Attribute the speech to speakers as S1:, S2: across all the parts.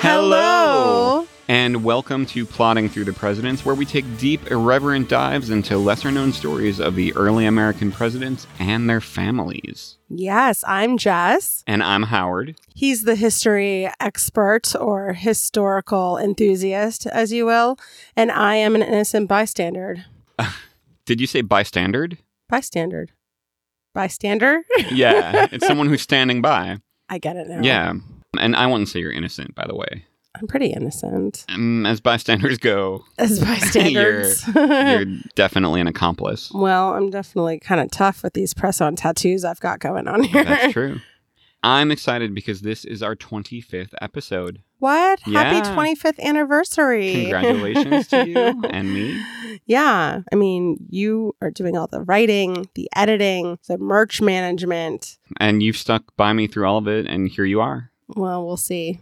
S1: Hello.
S2: And welcome to Plotting Through the Presidents, where we take deep, irreverent dives into lesser known stories of the early American presidents and their families.
S1: Yes, I'm Jess.
S2: And I'm Howard.
S1: He's the history expert or historical enthusiast, as you will, and I am an innocent bystander.
S2: Did you say bystander?
S1: Bystander. Bystander?
S2: Yeah, it's someone who's standing by.
S1: I get it now.
S2: Yeah. And I wouldn't say you're innocent, by the way.
S1: I'm pretty innocent
S2: Um, as bystanders go,
S1: as bystanders.
S2: you're definitely an accomplice.
S1: well, I'm definitely kind of tough with these press on tattoos I've got going on here.
S2: That's true. I'm excited because this is our 25th episode.
S1: What? Happy
S2: Yeah.
S1: 25th anniversary.
S2: Congratulations to you and me.
S1: Yeah. I mean, you are doing all the writing, the editing, the merch management.
S2: And you've stuck by me through all of it, and here you are.
S1: Well, we'll see.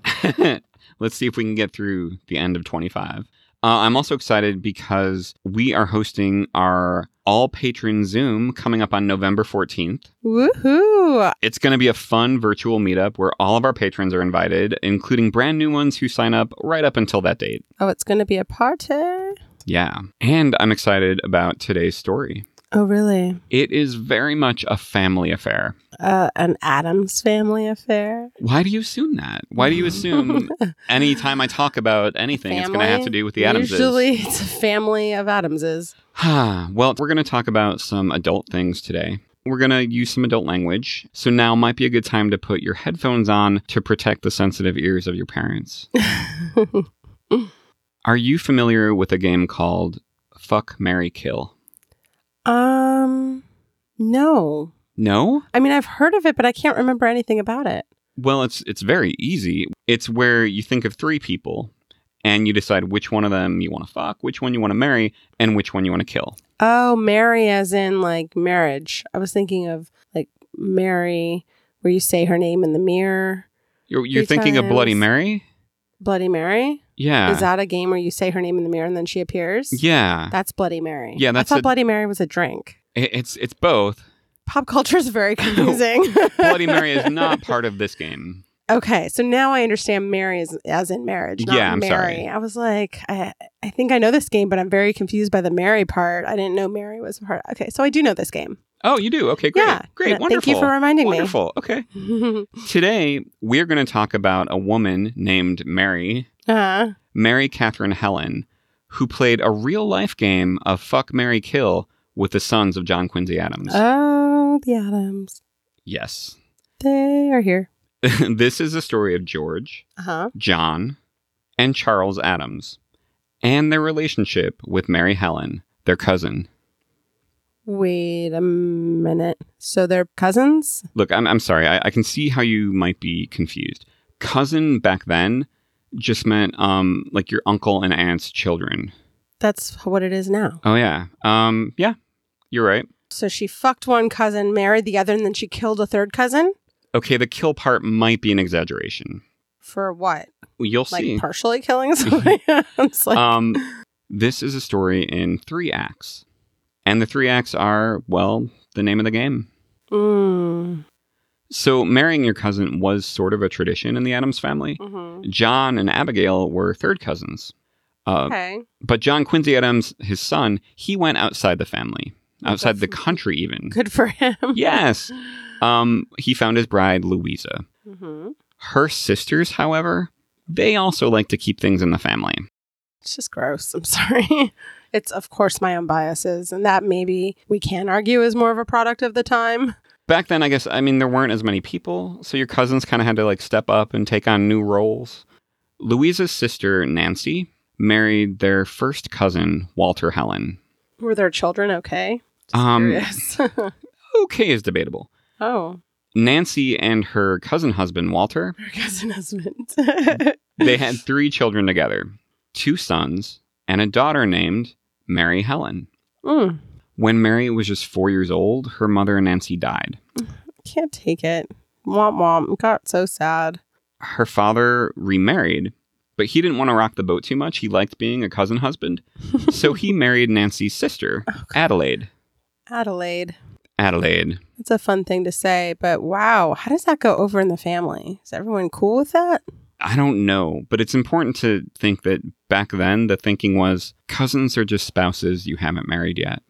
S2: Let's see if we can get through the end of 25. Uh, I'm also excited because we are hosting our all patron Zoom coming up on November 14th.
S1: Woohoo.
S2: It's going to be a fun virtual meetup where all of our patrons are invited, including brand new ones who sign up right up until that date.
S1: Oh, it's going to be a party.
S2: Yeah. And I'm excited about today's story.
S1: Oh, really?
S2: It is very much a family affair.
S1: Uh, an Adams family affair?
S2: Why do you assume that? Why do you assume anytime I talk about anything, it's going to have
S1: Family?
S2: to do with the Adamses?
S1: Usually it's a family of Adamses.
S2: well, we're going to talk about some adult things today. We're going to use some adult language. So now might be a good time to put your headphones on to protect the sensitive ears of your parents. Are you familiar with a game called Fuck Mary Kill?
S1: um, no.
S2: No?
S1: I mean, I've heard of it, but I can't remember anything about it.
S2: Well, it's it's very easy. It's where you think of three people and you decide which one of them you want to fuck, which one you want to marry, and which one you want to kill.
S1: Oh, Mary, as in like marriage. I was thinking of like Mary, where you say her name in the mirror.
S2: You're, you're
S1: Three
S2: thinking of Bloody
S1: times.
S2: Mary?
S1: Bloody Mary.
S2: Yeah.
S1: Is that a game where you say her name in the mirror and then she appears?
S2: Ah. yeah.
S1: That's Bloody Mary.
S2: Yeah, that's
S1: I thought
S2: a-
S1: Bloody Mary was a drink.
S2: I- It's it's both.
S1: Pop culture is very confusing.
S2: Bloody Mary is not part of this game.
S1: Okay, so now I understand Mary as, as in marriage. Not
S2: Yeah, I'm
S1: Mary.
S2: sorry.
S1: I was like, I, I think I know this game, but I'm very confused by the Mary part. I didn't know Mary was a part. Okay, so I do know this game.
S2: Oh, you do. Okay, great.
S1: Yeah.
S2: Great.
S1: Th-
S2: wonderful.
S1: Thank you for reminding
S2: wonderful. Okay.
S1: me.
S2: Today we're going to talk about a woman named Mary,
S1: uh,
S2: Mary Catherine Helen, who played a real life game of Fuck Mary Kill with the sons of John Quincy Adams.
S1: oh, the Adams.
S2: yes.
S1: They are here.
S2: this is a story of George,
S1: Uh huh.
S2: John, and Charles Adams, and their relationship with Mary Helen, their cousin.
S1: Wait a minute. So they're cousins?
S2: Look, I'm, I'm sorry. I, I can see how you might be confused. Cousin back then just meant um like your uncle and aunt's children.
S1: That's what it is now.
S2: Oh yeah. Um yeah. You're right.
S1: So she fucked one cousin, married the other, and then she killed a third cousin
S2: Okay, the kill part might be an exaggeration.
S1: for what?
S2: You'll
S1: Like
S2: see.
S1: partially killing somebody. it's like,
S2: um this is a story in 3 acts. And the 3 acts are, well, the name of the game.
S1: mm,
S2: So marrying your cousin was sort of a tradition in the Adams family.
S1: hmm
S2: John and Abigail were third cousins. Uh,
S1: okay.
S2: But John Quincy Adams, his son, he went outside the family,
S1: Oh,
S2: outside the
S1: that's-
S2: country even.
S1: Good for him.
S2: yes. Um, he found his bride, Louisa.
S1: hmm
S2: Her sisters, however, they also like to keep things in the family.
S1: It's just gross. I'm sorry. It's, of course, my own biases. And that maybe we can argue is more of a product of the time.
S2: Back then, I guess, I mean, there weren't as many people, so your cousins kind of had to like step up and take on new roles. Louisa's sister, Nancy, married their first cousin, Walter Helen.
S1: Were their children okay?
S2: Um,
S1: Curious.
S2: okay is debatable.
S1: oh,
S2: Nancy and her cousin husband, Walter,
S1: her cousin husband.
S2: they had three children together two sons and a daughter named Mary Helen.
S1: mm,
S2: When Mary was just four years old, her mother Nancy died.
S1: can't take it. Womp womp. Got so sad.
S2: Her father remarried, but he didn't want to rock the boat too much. He liked being a cousin husband. so he married Nancy's sister, Adelaide.
S1: Adelaide.
S2: Adelaide.
S1: It's a fun thing to say, but wow, how does that go over in the family? Is everyone cool with that?
S2: I don't know, but it's important to think that back then the thinking was cousins are just spouses you haven't married yet.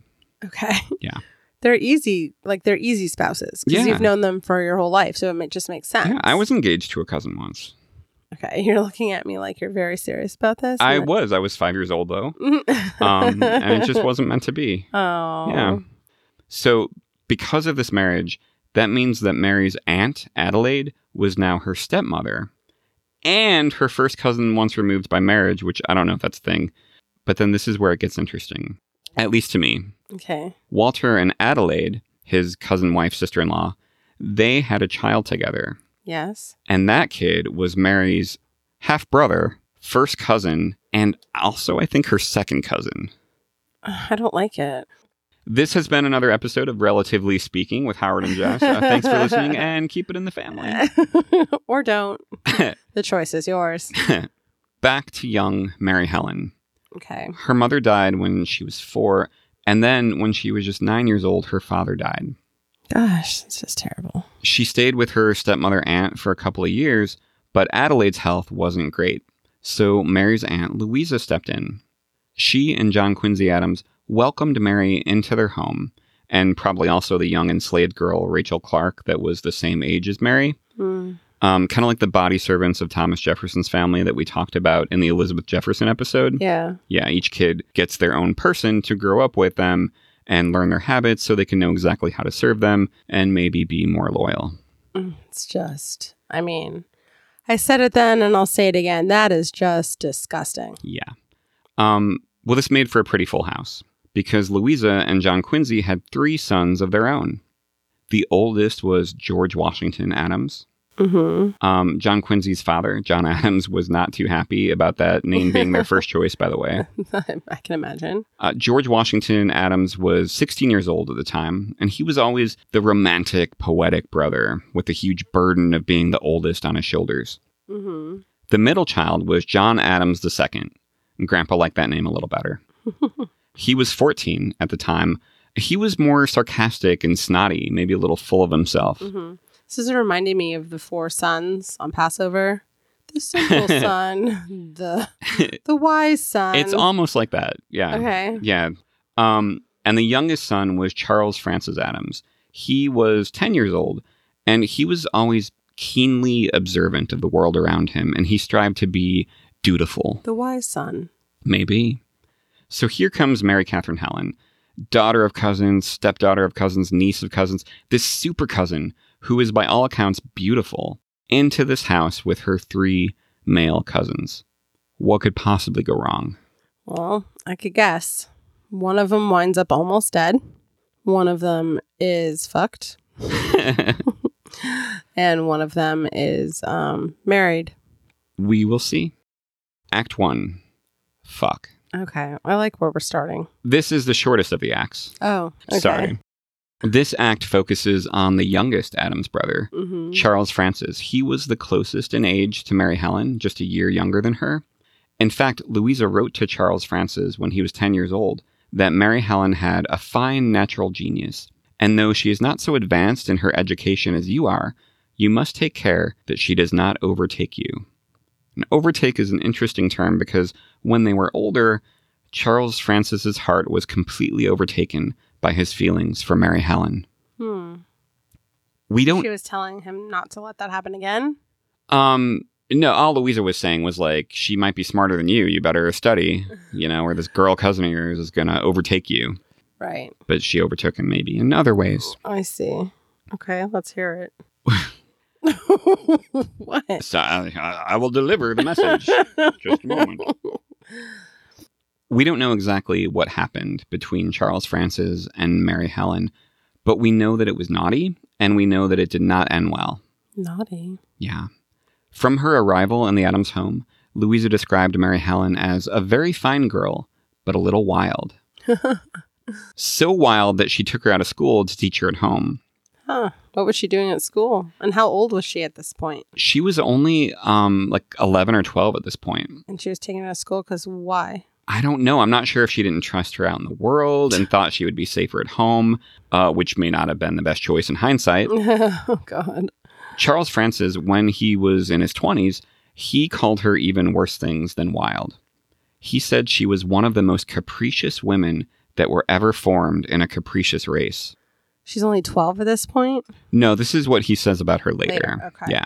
S1: Okay.
S2: Yeah.
S1: They're easy, like they're easy spouses because
S2: Yeah.
S1: you've known them for your whole life, so it ma- just makes sense.
S2: Yeah, I was engaged to a cousin once.
S1: Okay, you're looking at me like you're very serious about this.
S2: I
S1: and-
S2: was. I was five years old though, um, and it just wasn't meant to be.
S1: oh.
S2: Yeah. So, because of this marriage, that means that Mary's aunt, Adelaide, was now her stepmother and her first cousin once removed by marriage, which I don't know if that's a thing. But then this is where it gets interesting, at least to me.
S1: Okay.
S2: Walter and Adelaide, his cousin wife, sister in law, they had a child together.
S1: Yes.
S2: And that kid was Mary's half brother, first cousin, and also, I think, her second cousin.
S1: Ugh, I don't like it.
S2: This has been another episode of Relatively Speaking with Howard and Josh. Uh, thanks for listening and keep it in the family.
S1: or don't. the choice is yours.
S2: Back to young Mary Helen.
S1: Okay.
S2: Her mother died when she was four, and then when she was just nine years old, her father died.
S1: Gosh, this is terrible.
S2: She stayed with her stepmother aunt for a couple of years, but Adelaide's health wasn't great. So Mary's aunt Louisa stepped in. She and John Quincy Adams welcomed Mary into their home, and probably also the young enslaved girl Rachel Clark, that was the same age as Mary.
S1: Mm.
S2: um, kind of like the body servants of Thomas Jefferson's family that we talked about in the Elizabeth Jefferson episode.
S1: Yeah.
S2: Yeah, each kid gets their own person to grow up with them and learn their habits so they can know exactly how to serve them and maybe be more loyal.
S1: Mm, It's just, I mean, I said it then and I'll say it again. That is just disgusting.
S2: Yeah. Um, well, this made for a pretty full house because Louisa and John Quincy had three sons of their own. The oldest was George Washington Adams.
S1: Mm-hmm.
S2: Um, John Quincy's father, John Adams, was not too happy about that name being their first choice, by the way.
S1: I can imagine.
S2: Uh, George Washington Adams was 16 years old at the time, and he was always the romantic, poetic brother with the huge burden of being the oldest on his shoulders.
S1: Mm-hmm.
S2: The middle child was John Adams II, and Grandpa liked that name a little better. he was 14 at the time. He was more sarcastic and snotty, maybe a little full of himself.
S1: Mm-hmm. This is reminding me of the four sons on Passover. The simple son, the the wise son.
S2: It's almost like that. Yeah.
S1: okay.
S2: Yeah. Um, and the youngest son was Charles Francis Adams. He was 10 years old, and he was always keenly observant of the world around him, and he strived to be dutiful,
S1: The wise son.
S2: maybe. So here comes Mary Catherine Helen, daughter of cousins, stepdaughter of cousins, niece of cousins, this super cousin who is, by all accounts, beautiful, into this house with her three male cousins. What could possibly go wrong?
S1: Well, I could guess. One of them winds up almost dead. One of them is fucked, and one of them is um, married.
S2: We will see. Act one. Fuck.
S1: Okay, I like where we're starting.
S2: This is the shortest of the acts.
S1: Oh, okay.
S2: Sorry. This act focuses on the youngest Adams brother,
S1: hmm
S2: Charles Francis. He was the closest in age to Mary Helen, just a year younger than her. In fact, Louisa wrote to Charles Francis when he was 10 years old that Mary Helen had a fine natural genius, and though she is not so advanced in her education as you are, you must take care that she does not overtake you. And overtake is an interesting term because when they were older, Charles Francis's heart was completely overtaken by his feelings for Mary Helen.
S1: Hmm.
S2: We don't
S1: She was telling him not to let that happen again.
S2: Um, no, all Louisa was saying was like, she might be smarter than you. You better study, you know, or this girl cousin of yours is going to overtake you.
S1: Right.
S2: But she overtook him maybe in other ways.
S1: I see. Okay, let's hear it. what?
S2: So I, I- I will deliver the message. Just a moment. We don't know exactly what happened between Charles Francis and Mary Helen, but we know that it was naughty and we know that it did not end well.
S1: Naughty.
S2: Yeah. From her arrival in the Adams home, Louisa described Mary Helen as a very fine girl, but a little wild. so wild that she took her out of school to teach her at home.
S1: Huh. What was she doing at school? And how old was she at this point?
S2: She was only um, like 11 or 12 at this point.
S1: And she was taken out of school because why?
S2: I don't know. I'm not sure if she didn't trust her out in the world and thought she would be safer at home, uh, which may not have been the best choice in hindsight.
S1: oh, God.
S2: Charles Francis, when he was in his 20s, He called her even worse things than wild. He said she was one of the most capricious women that were ever formed in a capricious race.
S1: She's only 12 at this point.
S2: No, this is what he says about her later.
S1: Later, okay.
S2: Yeah.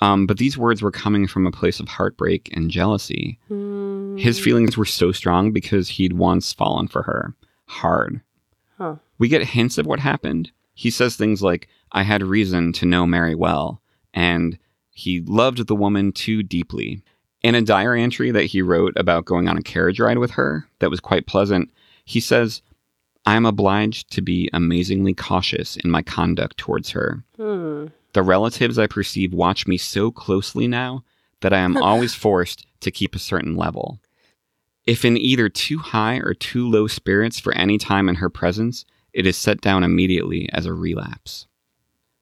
S2: Um, but these words were coming from a place of heartbreak and jealousy.
S1: Hmm.
S2: His feelings were so strong because he'd once fallen for her hard.
S1: Huh.
S2: We get hints of what happened. He says things like, I had reason to know Mary well, and he loved the woman too deeply. In a diary entry that he wrote about going on a carriage ride with her that was quite pleasant, he says, I am obliged to be amazingly cautious in my conduct towards her.
S1: Hmm.
S2: The relatives I perceive watch me so closely now that I am always forced to keep a certain level. If in either too high or too low spirits for any time in her presence, it is set down immediately as a relapse.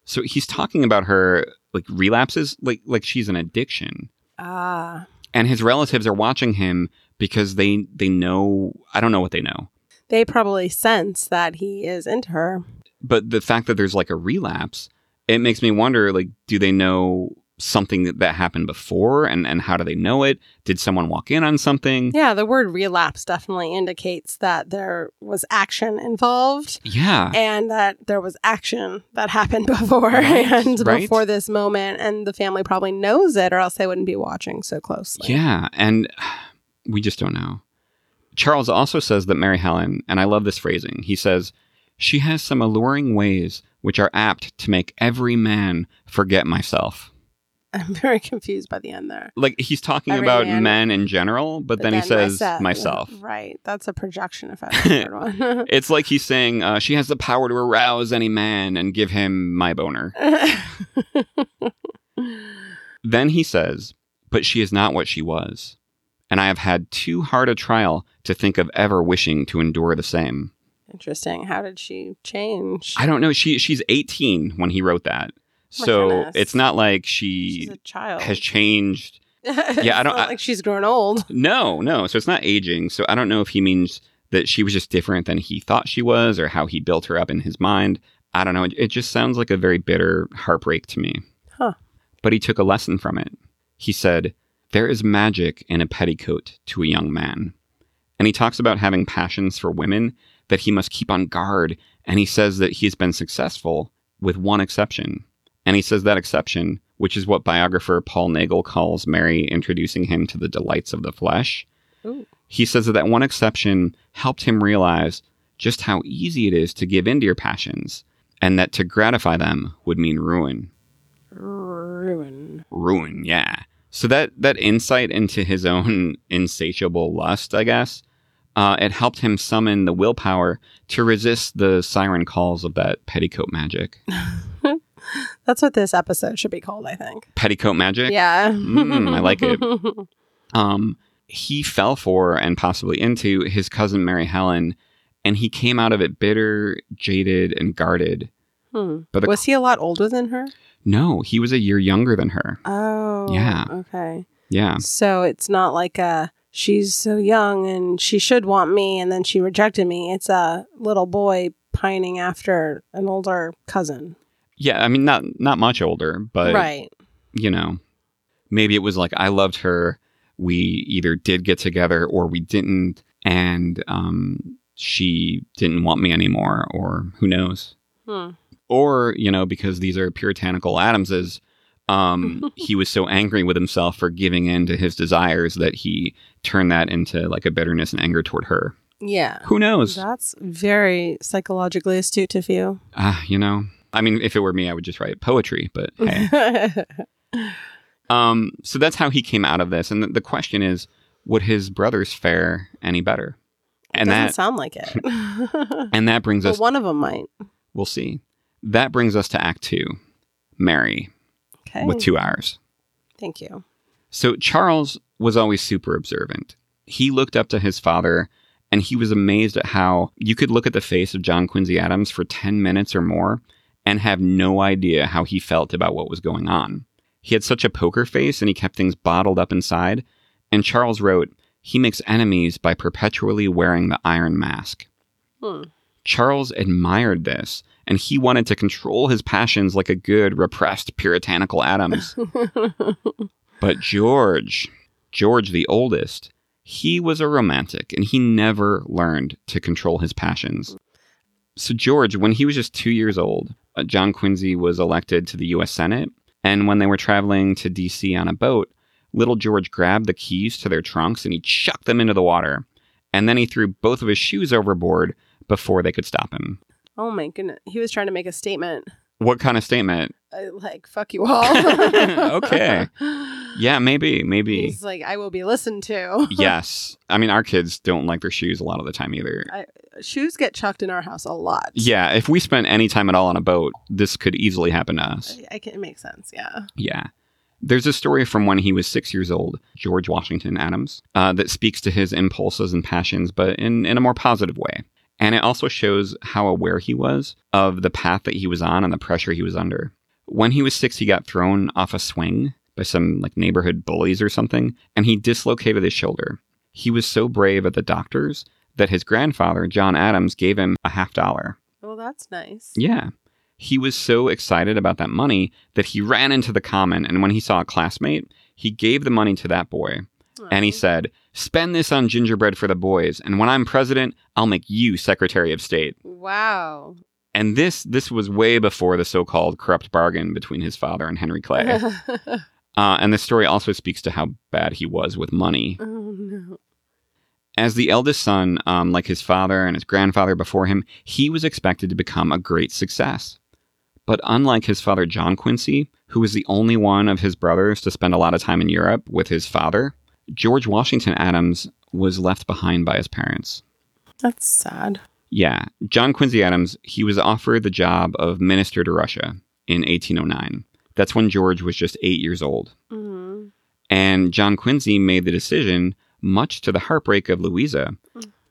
S2: So he's talking about her like relapses, like like she's an addiction.
S1: Ah.
S2: And his relatives are watching him because they they know I don't know what they know.
S1: They probably sense that he is into her.
S2: but the fact that there's like a relapse, it makes me wonder like, do they know something that, that happened before and, and how do they know it? Did someone walk in on something?
S1: Yeah, the word relapse definitely indicates that there was action involved
S2: Yeah.
S1: and that there was action that happened before
S2: Right,
S1: and
S2: right.
S1: before this moment. And the family probably knows it or else they wouldn't be watching so closely.
S2: Yeah. And we just don't know. Charles also says that Mary Helen, and I love this phrasing, he says, she has some alluring ways which are apt to make every man forget myself.
S1: I'm very confused by the end there.
S2: Like he's talking
S1: Every
S2: about
S1: man.
S2: men in general, but, then, he says myself.
S1: Right. That's a projection if I've heard one.
S2: It's like he's saying uh, she has the power to arouse any man and give him my boner. Then he says, But she is not what she was. And I have had too hard a trial to think of ever wishing to endure the same.
S1: Interesting. How did she change?
S2: I don't know. She she's 18 when he wrote that,
S1: Oh My
S2: so
S1: goodness.
S2: it's not like
S1: She's
S2: she
S1: a child.
S2: has changed.
S1: yeah,
S2: I don't- I-
S1: like she's grown old.
S2: No, no. So it's not aging. So I don't know if he means that she was just different than he thought she was, or how he built her up in his mind. I don't know. It, it just sounds like a very bitter heartbreak to me.
S1: Huh.
S2: But he took a lesson from it. He said, There is magic in a petticoat to a young man. And he talks about having passions for women that he must keep on guard. And he says that he's been successful with one exception. And he says that exception, which is what biographer Paul Nagel calls Mary introducing him to the delights of the flesh.
S1: Ooh.
S2: He says that that one exception helped him realize just how easy it is to give in to your passions and that to gratify them would mean ruin
S1: Ruin.
S2: ruin yeah so that that insight into his own insatiable lust i guess uh, it helped him summon the willpower to resist the siren calls of that petticoat magic
S1: That's what this episode should be called, I think.
S2: petticoat magic
S1: Yeah.
S2: Mm, Mmm, I like it. um, he fell for and possibly into his cousin mary helen and he came out of it bitter jaded and guarded
S1: Hmm.
S2: But the-
S1: was he a lot older than her?
S2: no he was a year younger than her
S1: Oh.
S2: Yeah.
S1: Okay.
S2: yeah
S1: So it's not like a she's so young and she should want me and then she rejected me. It's a little boy pining after an older cousin.
S2: yeah i mean not not much older but
S1: right.
S2: you know, maybe it was like I loved her. We either did get together or we didn't, and um, she didn't want me anymore, or who knows?
S1: Hmm.
S2: Or you know, because these are puritanical Adamses, um, he was so angry with himself for giving in to his desires that he turned that into like a bitterness and anger toward her.
S1: Yeah.
S2: Who knows?
S1: That's very psychologically astute of you.
S2: Ah, you know, I mean, if it were me, I would just write poetry, but hey. Um, so that's how he came out of this. And the, the question is, would his brothers fare any better? And
S1: doesn't
S2: that
S1: sound like it.
S2: and that brings
S1: but
S2: us.
S1: one of them might.
S2: We'll see. That brings us to Act Two, Mary,
S1: Okay.
S2: with two hours.
S1: Thank you.
S2: So Charles was always super observant. He looked up to his father, and he was amazed at how you could look at the face of John Quincy Adams for ten minutes or more and have no idea how he felt about what was going on. He had such a poker face and he kept things bottled up inside. And Charles wrote, He makes enemies by perpetually wearing the iron mask.
S1: Hmm.
S2: Charles admired this, and he wanted to control his passions like a good, repressed, puritanical Adams. But George, George the oldest, he was a romantic and he never learned to control his passions. So, George, when he was just two years old, uh, John Quincy was elected to the US Senate. And when they were traveling to DC on a boat, little George grabbed the keys to their trunks and he chucked them into the water. And then he threw both of his shoes overboard before they could stop him.
S1: Oh my goodness. He was trying to make a statement.
S2: What kind of statement?
S1: Uh, like, fuck you all.
S2: Okay. Yeah, maybe, maybe.
S1: He's like, I will be listened to.
S2: yes. I mean, our kids don't like their shoes a lot of the time either.
S1: Shoes get chucked in our house a lot.
S2: Yeah, if we spent any time at all on a boat, this could easily happen to us.
S1: I- I can, it makes sense. Yeah.
S2: Yeah. There's a story from when he was six years old, George Washington Adams, uh, that speaks to his impulses and passions, but in, in a more positive way. And it also shows how aware he was of the path that he was on and the pressure he was under. When he was six, he got thrown off a swing by some like neighborhood bullies or something, and he dislocated his shoulder. He was so brave at the doctors that his grandfather, John Adams, gave him a half dollar.
S1: Well, that's nice.
S2: Yeah. He was so excited about that money that he ran into the common. And when he saw a classmate, he gave the money to that boy. And he
S1: Oh.
S2: said, Spend this on gingerbread for the boys. And when I'm president, I'll make you Secretary of State.
S1: Wow.
S2: And this this was way before the so called corrupt bargain between his father and Henry Clay.
S1: oh,
S2: uh, and the story also speaks to how bad he was with money.
S1: Oh, no.
S2: As the eldest son, um, like his father and his grandfather before him, he was expected to become a great success. But unlike his father, John Quincy, who was the only one of his brothers to spend a lot of time in Europe with his father, George Washington Adams was left behind by his parents.
S1: That's sad.
S2: Yeah. John Quincy Adams, he was offered the job of minister to Russia in 1809. That's when George was just eight years old.
S1: hmm
S2: And John Quincy made the decision, much to the heartbreak of Louisa,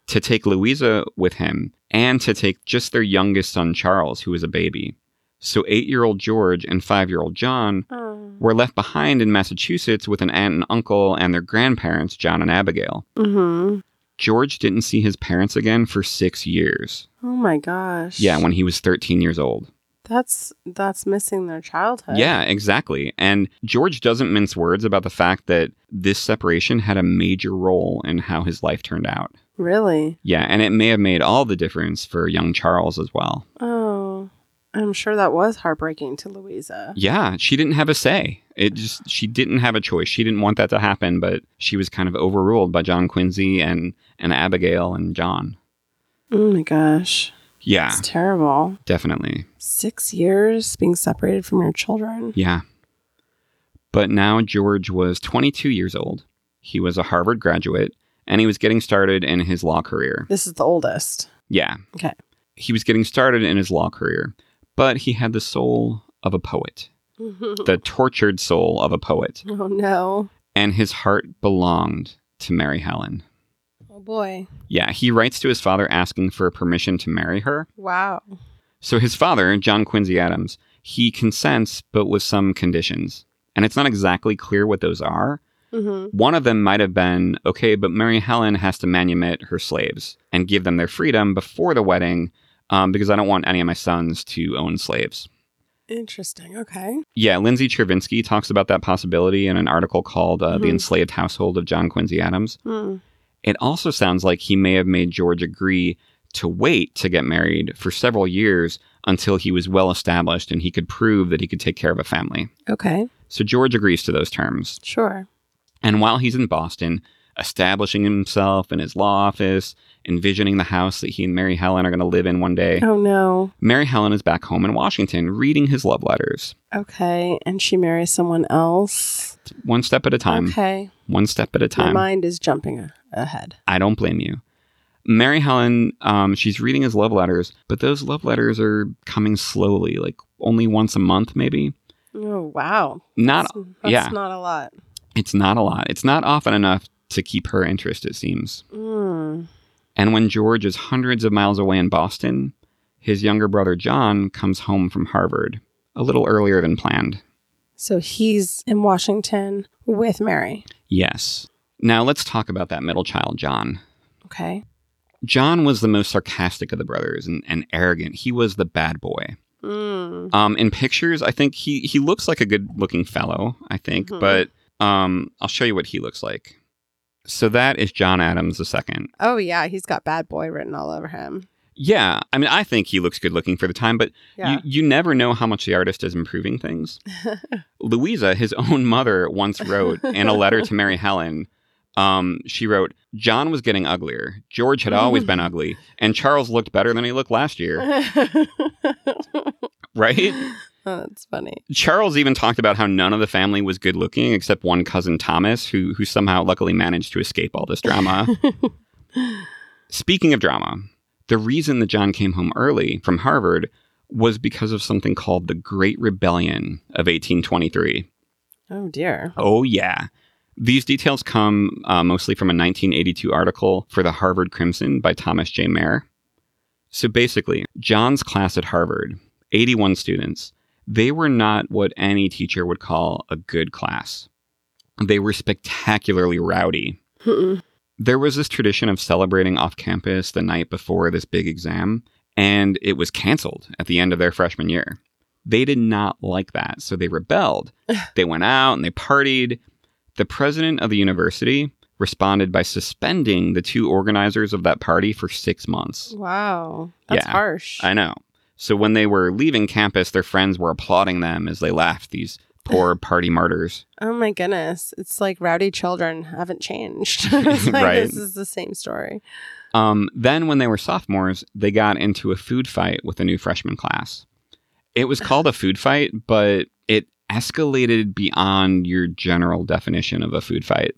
S2: to take Louisa with him and to take just their youngest son, Charles, who was a baby. So eight year old George and five year old John
S1: Oh.
S2: were left behind in Massachusetts with an aunt and uncle and their grandparents, John and Abigail.
S1: hmm
S2: George didn't see his parents again for six years.
S1: Oh my gosh.
S2: Yeah, when he was 13 years old.
S1: that's that's missing their childhood.
S2: Yeah, exactly. And George doesn't mince words about the fact that this separation had a major role in how his life turned out.
S1: Really.
S2: Yeah, and it may have made all the difference for young Charles as well.
S1: Oh. I'm sure that was heartbreaking to Louisa.
S2: Yeah, she didn't have a say. It just she didn't have a choice. She didn't want that to happen, but she was kind of overruled by John Quincy and and Abigail and John.
S1: Oh my gosh.
S2: Yeah,
S1: It's terrible.
S2: definitely.
S1: Six years being separated from your children.
S2: Yeah. But now George was 22 years old. He was a Harvard graduate and he was getting started in his law career.
S1: This is the oldest.
S2: Yeah.
S1: Okay.
S2: He was getting started in his law career, but he had the soul of a poet,
S1: oh
S2: the tortured soul of a poet,
S1: no.
S2: and his heart belonged to Mary Helen.
S1: Oh boy.
S2: Yeah, he writes to his father asking for permission to marry her.
S1: Wow.
S2: So his father, John Quincy Adams, he consents, but with some conditions. And it's not exactly clear what those are.
S1: Mm-hmm.
S2: One of them might have been okay, but Mary Helen has to manumit her slaves and give them their freedom before the wedding um, because I don't want any of my sons to own slaves.
S1: Interesting. Okay.
S2: Yeah, Lindsay Chervinsky talks about that possibility in an article called uh, The
S1: Mhm.
S2: Enslaved Household of John Quincy Adams.
S1: Hmm.
S2: It also sounds like he may have made George agree to wait to get married for several years until he was well established and he could prove that he could take care of a family.
S1: Okay.
S2: So George agrees to those terms.
S1: Sure.
S2: And while he's in Boston, establishing himself in his law office, envisioning the house that he and Mary Helen are going to live in one day,
S1: Oh no.
S2: Mary Helen is back home in Washington reading his love letters,
S1: Okay. And she marries someone else.
S2: one step at a time,
S1: Okay.
S2: one step at a
S1: My
S2: time.
S1: mind is jumping a- ahead.
S2: I don't blame you. Mary Helen, um, she's reading his love letters, but those love letters are coming slowly, like only once a month, maybe.
S1: Oh wow.
S2: Not,
S1: that's, that's
S2: yeah.
S1: not a lot.
S2: it's not a lot. It's not often enough to keep her interest, it seems.
S1: Mm.
S2: And when George is hundreds of miles away in Boston, his younger brother John comes home from Harvard a little earlier than planned.
S1: So he's in Washington with Mary.
S2: Yes. Now let's talk about that middle child, John.
S1: Okay.
S2: John was the most sarcastic of the brothers and, and arrogant. He was the bad boy.
S1: Mm.
S2: Um, in pictures, I think he, he looks like a good looking fellow, I think,
S1: Mhm.
S2: but Um, I'll show you what he looks like. So that is John Adams II.
S1: Oh yeah, he's got bad boy written all over him.
S2: Yeah, I mean, I think he looks good looking for the time, but
S1: Yeah.
S2: you, you never know how much the artist is improving things. Louisa, his own mother, once wrote in a letter to Mary Helen. Um, she wrote, John was getting uglier. George had always been ugly, and Charles looked better than he looked last year, right?
S1: Oh, that's funny.
S2: Charles even talked about how none of the family was good looking except one cousin Thomas, who who somehow luckily managed to escape all this drama. Speaking of drama, the reason that John came home early from Harvard was because of something called the Great Rebellion of 1823.
S1: Oh dear.
S2: Oh yeah. These details come uh, mostly from a 1982 article for the Harvard Crimson by Thomas J. Mayer. So basically, John's class at Harvard, 81 students, they were not what any teacher would call a good class. They were spectacularly rowdy.
S1: Mm-mm.
S2: There was this tradition of celebrating off campus the night before this big exam, and it was canceled at the end of their freshman year. They did not like that, so they rebelled. they went out and they partied. The president of the university responded by suspending the two organizers of that party for six months.
S1: Wow, that's
S2: Yeah.
S1: harsh.
S2: I know. So when they were leaving campus, their friends were applauding them as they left, these poor party martyrs.
S1: oh my goodness, it's like rowdy children haven't changed. It's like,
S2: Right.
S1: This is the same story.
S2: Um, then, when they were sophomores, they got into a food fight with a new freshman class. It was called a food fight, but it escalated beyond your general definition of a food fight.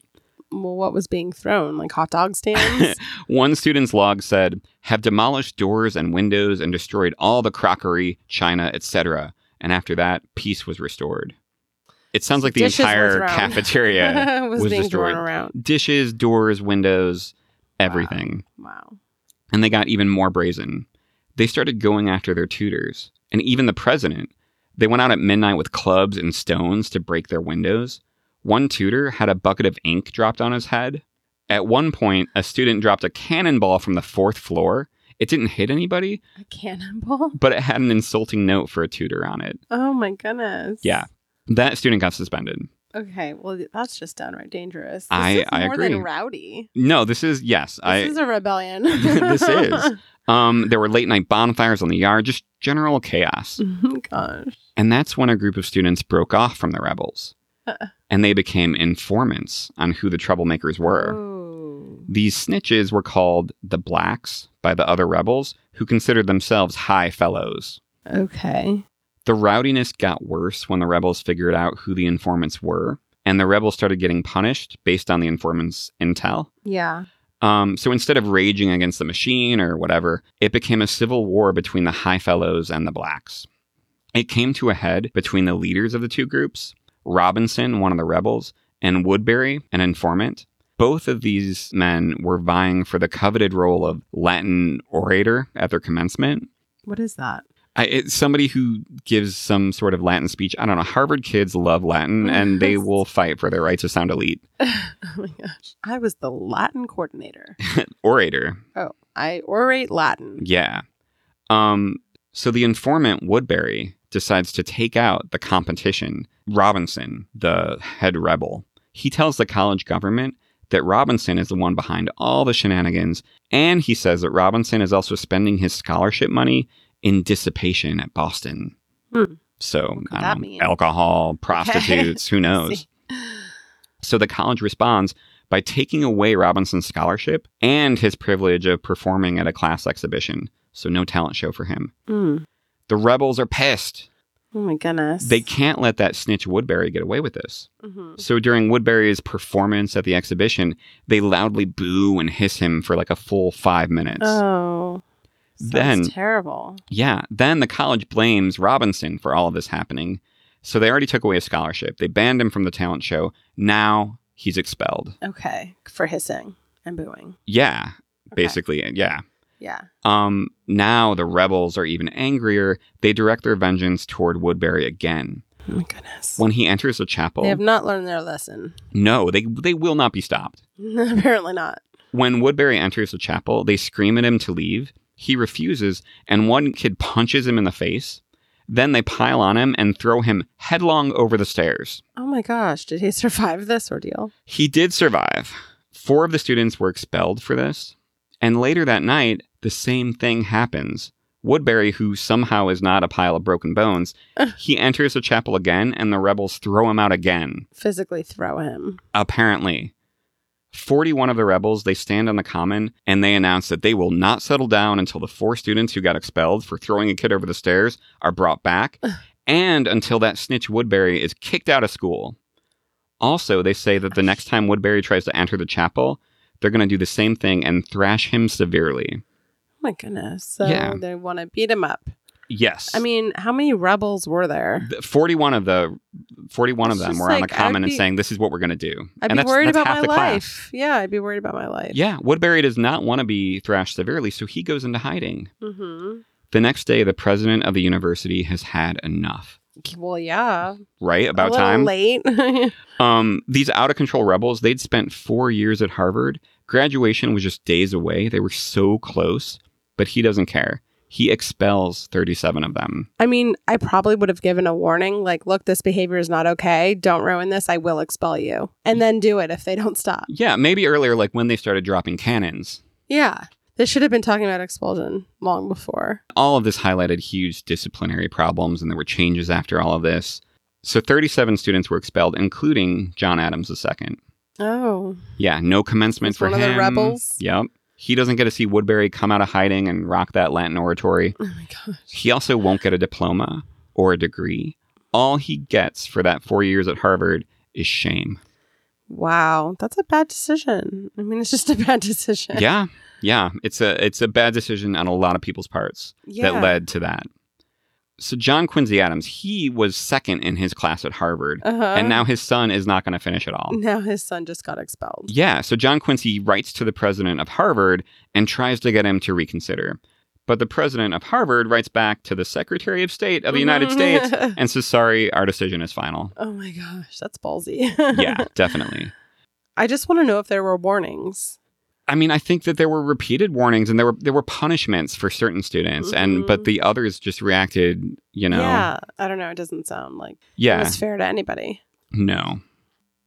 S1: Well, what was being thrown? Like hot dog stands.
S2: One student's log said, have demolished doors and windows and destroyed all the crockery, china, etc. And after that, peace was restored. It sounds like the
S1: Dishes was
S2: entire
S1: thrown.
S2: cafeteria
S1: was,
S2: was
S1: being
S2: destroyed.
S1: thrown around.
S2: dishes, doors, windows, everything.
S1: Wow.
S2: And they got even more brazen. They started going after their tutors and even the president. They went out at midnight with clubs and stones to break their windows. One tutor had a bucket of ink dropped on his head. At one point, a student dropped a cannonball from the fourth floor. It didn't hit anybody,
S1: A cannonball.
S2: but it had an insulting note for a tutor on it.
S1: Oh my goodness.
S2: Yeah. That student got suspended.
S1: Okay. Well, that's just downright dangerous. This
S2: I-
S1: is
S2: I
S1: more
S2: agree.
S1: Than rowdy.
S2: No, this is, yes,
S1: This
S2: I.
S1: is a rebellion.
S2: This is. um, there were late night bonfires on the yard, just general chaos.
S1: Oh Gosh.
S2: And that's when a group of students broke off from the rebels.
S1: Uh-uh.
S2: And they became informants on who the troublemakers were.
S1: Ooh.
S2: These snitches were called the Blacks by the other rebels, who considered themselves high fellows.
S1: Okay.
S2: The rowdiness got worse when the rebels figured out who the informants were, and the rebels started getting punished based on the informants' intel.
S1: Yeah.
S2: Um, so instead of raging against the machine or whatever, it became a civil war between the High Fellows and the Blacks. It came to a head between the leaders of the two groups, Robinson, one of the rebels, and Woodbury, an informant. Both of these men were vying for the coveted role of Latin orator at their commencement.
S1: What is that?
S2: I, it's somebody who gives some sort of Latin speech. I don't know. Harvard kids love Latin and they will fight for their right to sound elite.
S1: Oh my gosh. I was the Latin coordinator.
S2: Orator,
S1: I orate Latin.
S2: Yeah. Um, so the informant Woodbury decides to take out the competition, Robinson, the head rebel. He tells the college government that Robinson is the one behind all the shenanigans, and he says that Robinson is also spending his scholarship money in dissipation at Boston.
S1: Hmm.
S2: So,
S1: What could
S2: I
S1: that
S2: don't know,
S1: mean?
S2: alcohol, prostitutes, who knows?
S1: See.
S2: So the college responds by taking away Robinson's scholarship and his privilege of performing at a class exhibition. So no talent show for him.
S1: Mm.
S2: The rebels are pissed.
S1: Oh my goodness.
S2: They can't let that snitch Woodbury get away with this.
S1: Mhm.
S2: So during Woodbury's performance at the exhibition, they loudly boo and hiss him for like a full five minutes.
S1: Oh. Sounds
S2: Then-
S1: terrible.
S2: Yeah. Then the college blames Robinson for all of this happening. So they already took away his scholarship. They banned him from the talent show. Now he's expelled.
S1: Okay. For hissing and booing.
S2: Yeah.
S1: Okay.
S2: Basically, yeah.
S1: Yeah.
S2: Um, now the rebels are even angrier. They direct their vengeance toward Woodbury again.
S1: Oh my goodness.
S2: When he enters the chapel,
S1: They have not learned their lesson.
S2: no, they they will not be stopped.
S1: Apparently not.
S2: When Woodbury enters the chapel, they scream at him to leave. He refuses, and one kid punches him in the face. Then they pile on him and throw him headlong over the stairs.
S1: Oh my gosh, did he survive this ordeal?
S2: He did survive. Four of the students were expelled for this. And later that night, the same thing happens. Woodbury, who somehow is not a pile of broken bones, he enters the chapel again and the rebels throw him out again,
S1: Physically throw him.
S2: apparently. 41 of the rebels, they stand on the common and they announce that they will not settle down until the four students who got expelled for throwing a kid over the stairs are brought back and until that snitch Woodbury is kicked out of school. Also, they say that the next time Woodbury tries to enter the chapel, they're going to do the same thing and thrash him severely.
S1: Oh my goodness. So
S2: Yeah.
S1: they want to beat him up.
S2: Yes.
S1: I mean, how many rebels were there?
S2: The- 41 of the 41 of
S1: It's
S2: them
S1: just
S2: were on the
S1: like, I'd
S2: common
S1: be-
S2: and saying this is what we're going to do.
S1: I'd
S2: and
S1: be worried about
S2: half
S1: my
S2: the class.
S1: life. Yeah, I'd be worried about my life.
S2: Yeah, Woodbury does not want to be thrashed severely, so he goes into hiding.
S1: hmm
S2: The next day, the president of the university has had enough.
S1: Well, yeah.
S2: Right
S1: a
S2: about
S1: little
S2: time.
S1: Late.
S2: Um, these out of control rebels, they'd spent four years at Harvard. Graduation was just days away. They were so close, but he doesn't care. He expels 37 of them.
S1: I mean, I probably would have given a warning like, look, this behavior is not okay. Don't ruin this. I will expel you. And then do it if they don't stop.
S2: Yeah, maybe earlier, like when they started dropping cannons,
S1: Yeah. They should have been talking about expulsion long before.
S2: all of this highlighted huge disciplinary problems, and there were changes after all of this. So 37 students were expelled, including John Adams II.
S1: Oh.
S2: Yeah, no commencement
S1: He's
S2: for
S1: one of the
S2: him.
S1: rebels?
S2: Yep. He doesn't get to see Woodbury come out of hiding and rock that Latin oratory.
S1: Oh my gosh.
S2: He also won't get a diploma or a degree. All he gets for that four years at Harvard is shame.
S1: Wow. That's a bad decision. I mean, it's just a bad decision.
S2: Yeah. Yeah. It's a it's a bad decision on a lot of people's parts.
S1: Yeah.
S2: that led to that. So John Quincy Adams, he was second in his class at Harvard,
S1: Uh-huh.
S2: and now his son is not going to finish at all.
S1: Now his son just got expelled.
S2: Yeah, so John Quincy writes to the president of Harvard and tries to get him to reconsider. But the president of Harvard writes back to the Secretary of State of the United States and says, "Sorry, our decision is final."
S1: oh my gosh, that's ballsy.
S2: Yeah, definitely.
S1: I just want to know if there were warnings.
S2: I mean, I think that there were repeated warnings and there were there were punishments for certain students, and but
S1: Mhm.
S2: the others just reacted, you know,
S1: Yeah. I don't know. It doesn't sound like
S2: yeah.
S1: it was fair to anybody.
S2: No.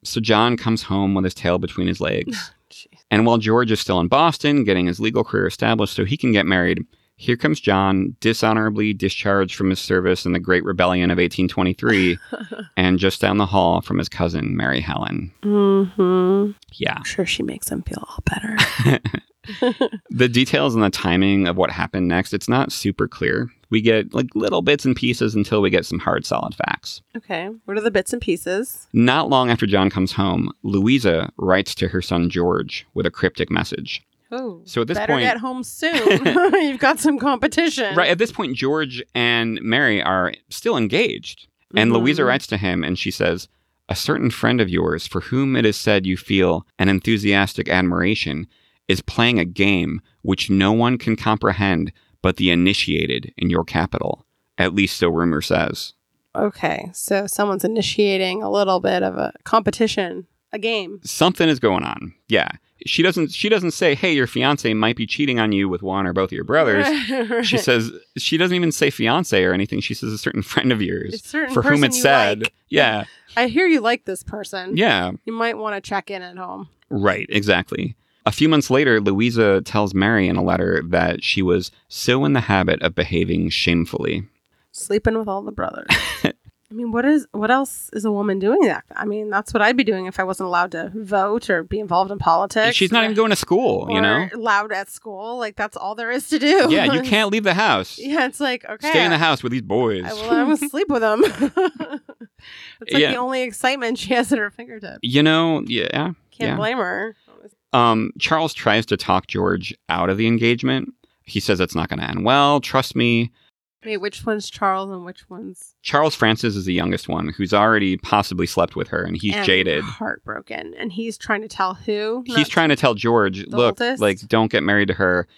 S2: So John comes home with his tail between his legs.
S1: Jeez.
S2: and while George is still in Boston, getting his legal career established so he can get married, here comes John, dishonorably discharged from his service in the Great Rebellion of 1823, and just down the hall from his cousin, Mary Helen.
S1: Mm-hmm.
S2: Yeah.
S1: I'm sure she makes him feel all better.
S2: The details and the timing of what happened next, it's not super clear. We get like little bits and pieces until we get some hard, solid facts.
S1: okay. What are the bits and pieces?
S2: Not long after John comes home, Louisa writes to her son George with a cryptic message.
S1: Oh.
S2: So at this
S1: better
S2: point-
S1: get home soon. You've got some competition.
S2: Right. At this point, George and Mary are still engaged. And
S1: Mhm.
S2: Louisa writes to him and she says, A certain friend of yours, for whom it is said you feel an enthusiastic admiration, is playing a game which no one can comprehend but the initiated in your capital. At least so rumor says.
S1: Okay. So someone's initiating a little bit of a competition, a game.
S2: Something is going on. Yeah. She doesn't she doesn't say, Hey, your fiance might be cheating on you with one or both of your brothers. She says she doesn't even say fiance or anything. She says a certain friend of yours. For whom it's said. Yeah.
S1: I hear you like this person.
S2: Yeah,
S1: You might want to check in at home.
S2: right, exactly. A few months later, Louisa tells Mary in a letter that she was so in the habit of behaving shamefully.
S1: Sleeping with all the brothers. I mean, what is what else is a woman doing that? I mean, that's what I'd be doing if I wasn't allowed to vote or be involved in politics.
S2: She's not even going to school,
S1: or
S2: you know?
S1: loud at school. Like that's all there is to do.
S2: Yeah, you can't leave the house.
S1: yeah, it's like okay.
S2: Stay in the house with these boys.
S1: I, well, I'm gonna sleep with them. it's like
S2: Yeah.
S1: the only excitement she has at her fingertips.
S2: you know, yeah.
S1: Can't
S2: Yeah.
S1: blame her.
S2: Um, Charles tries to talk George out of the engagement. He says it's not going to end well. Trust me.
S1: Wait, which one's Charles and which one's
S2: Charles Francis is the youngest one who's already possibly slept with her and he's
S1: and
S2: jaded.
S1: heartbroken, and he's trying to tell who
S2: he's trying to tell George,
S1: The
S2: look,
S1: oldest?
S2: like, don't get married to her.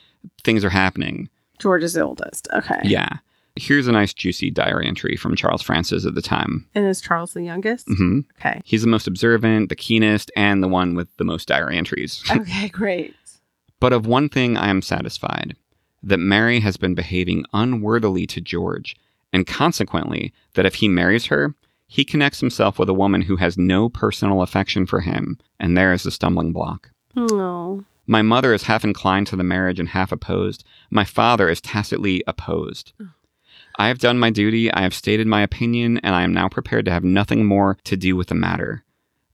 S2: Things are happening.
S1: George is the oldest. Okay.
S2: Yeah. Here's a nice, juicy diary entry from Charles Francis at the time.
S1: And is Charles the youngest?
S2: hmm
S1: Okay.
S2: He's the most observant, the keenest, and the one with the most diary entries.
S1: Okay, great.
S2: but of one thing I am satisfied that Mary has been behaving unworthily to George, and consequently, that if he marries her, he connects himself with a woman who has no personal affection for him, and there is the stumbling block.
S1: No.
S2: My mother is half inclined to the marriage and half opposed. My father is tacitly opposed. I have done my duty, I have stated my opinion, and I am now prepared to have nothing more to do with the matter.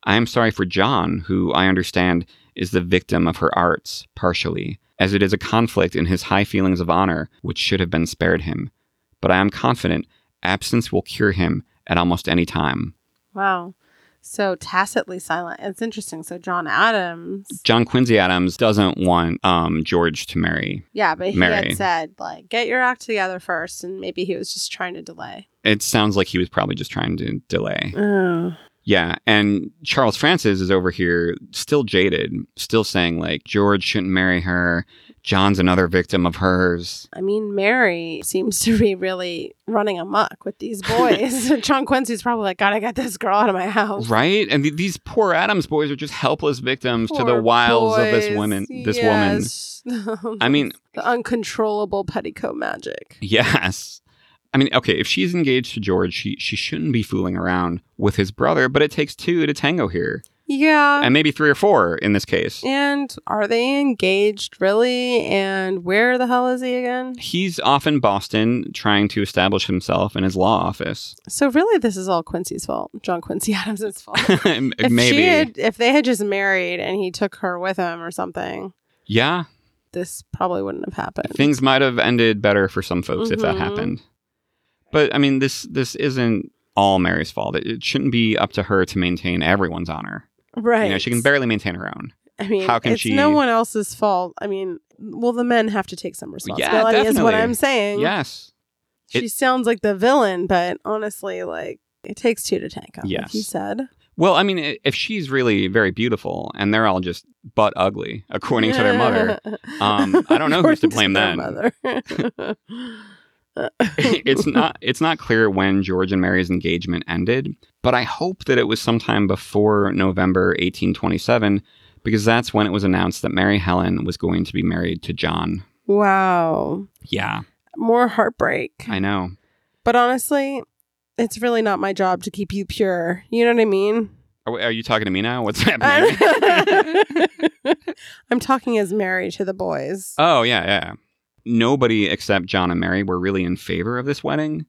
S2: I am sorry for John, who I understand is the victim of her arts, partially, as it is a conflict in his high feelings of honor which should have been spared him. But I am confident absence will cure him at almost any time.
S1: Wow. So tacitly silent. It's interesting. So John Adams,
S2: John Quincy Adams doesn't want um, George to marry.
S1: yeah, but he
S2: Mary.
S1: had said like, get your act together first, and maybe he was just trying to delay.
S2: It sounds like he was probably just trying to delay.
S1: Oh.
S2: Yeah, and Charles Francis is over here still jaded, still saying like George shouldn't marry her. John's another victim of hers.
S1: I mean, Mary seems to be really running amok with these boys. John Quincy's probably like, God, I got this girl out of my house.
S2: Right? And th- these poor Adams boys are just helpless victims to the
S1: Poor
S2: wiles of this
S1: boys.
S2: woman, this woman.
S1: Yes.
S2: I mean,
S1: the uncontrollable petticoat magic.
S2: Yes. I mean, okay, if she's engaged to George, she she shouldn't be fooling around with his brother, but it takes two to tango here.
S1: Yeah.
S2: And maybe three or four in this case.
S1: and are they engaged really? And where the hell is he again?
S2: He's off in Boston trying to establish himself in his law office.
S1: So really, this is all Quincy's fault. John Quincy Adams' fault. if
S2: maybe.
S1: she had, if they had just married and he took her with him or something,
S2: yeah.
S1: this probably wouldn't have happened.
S2: Things might have ended better for some folks if that
S1: Mhm.
S2: happened. But I mean, this this isn't all Mary's fault. It, it shouldn't be up to her to maintain everyone's honor.
S1: right?
S2: You know, she can barely maintain her own.
S1: I mean,
S2: how can
S1: it's
S2: she-
S1: no one else's fault. I mean, well, the men have to take some responsibility. is what
S2: definitely.
S1: I'm saying.
S2: Yes.
S1: she
S2: It-
S1: sounds like the villain, but honestly, like it takes two to tango.
S2: Yes.
S1: like you said.
S2: Well, I mean, i- if she's really very beautiful and they're all just butt ugly, according to their mother, um, I don't know who's to
S1: According
S2: blame then.
S1: their mother.
S2: it's not it's not clear when George and Mary's engagement ended, but I hope that it was sometime before November 1827 because that's when it was announced that Mary Helen was going to be married to John.
S1: wow.
S2: Yeah,
S1: More heartbreak.
S2: I know.
S1: But honestly, it's really not my job to keep you pure. You know what I mean?
S2: Are, are you talking to me now? What's happening? Mm-hmm.
S1: I'm talking as Mary to the boys.
S2: Oh, yeah, yeah. Nobody except John and Mary were really in favor of this wedding,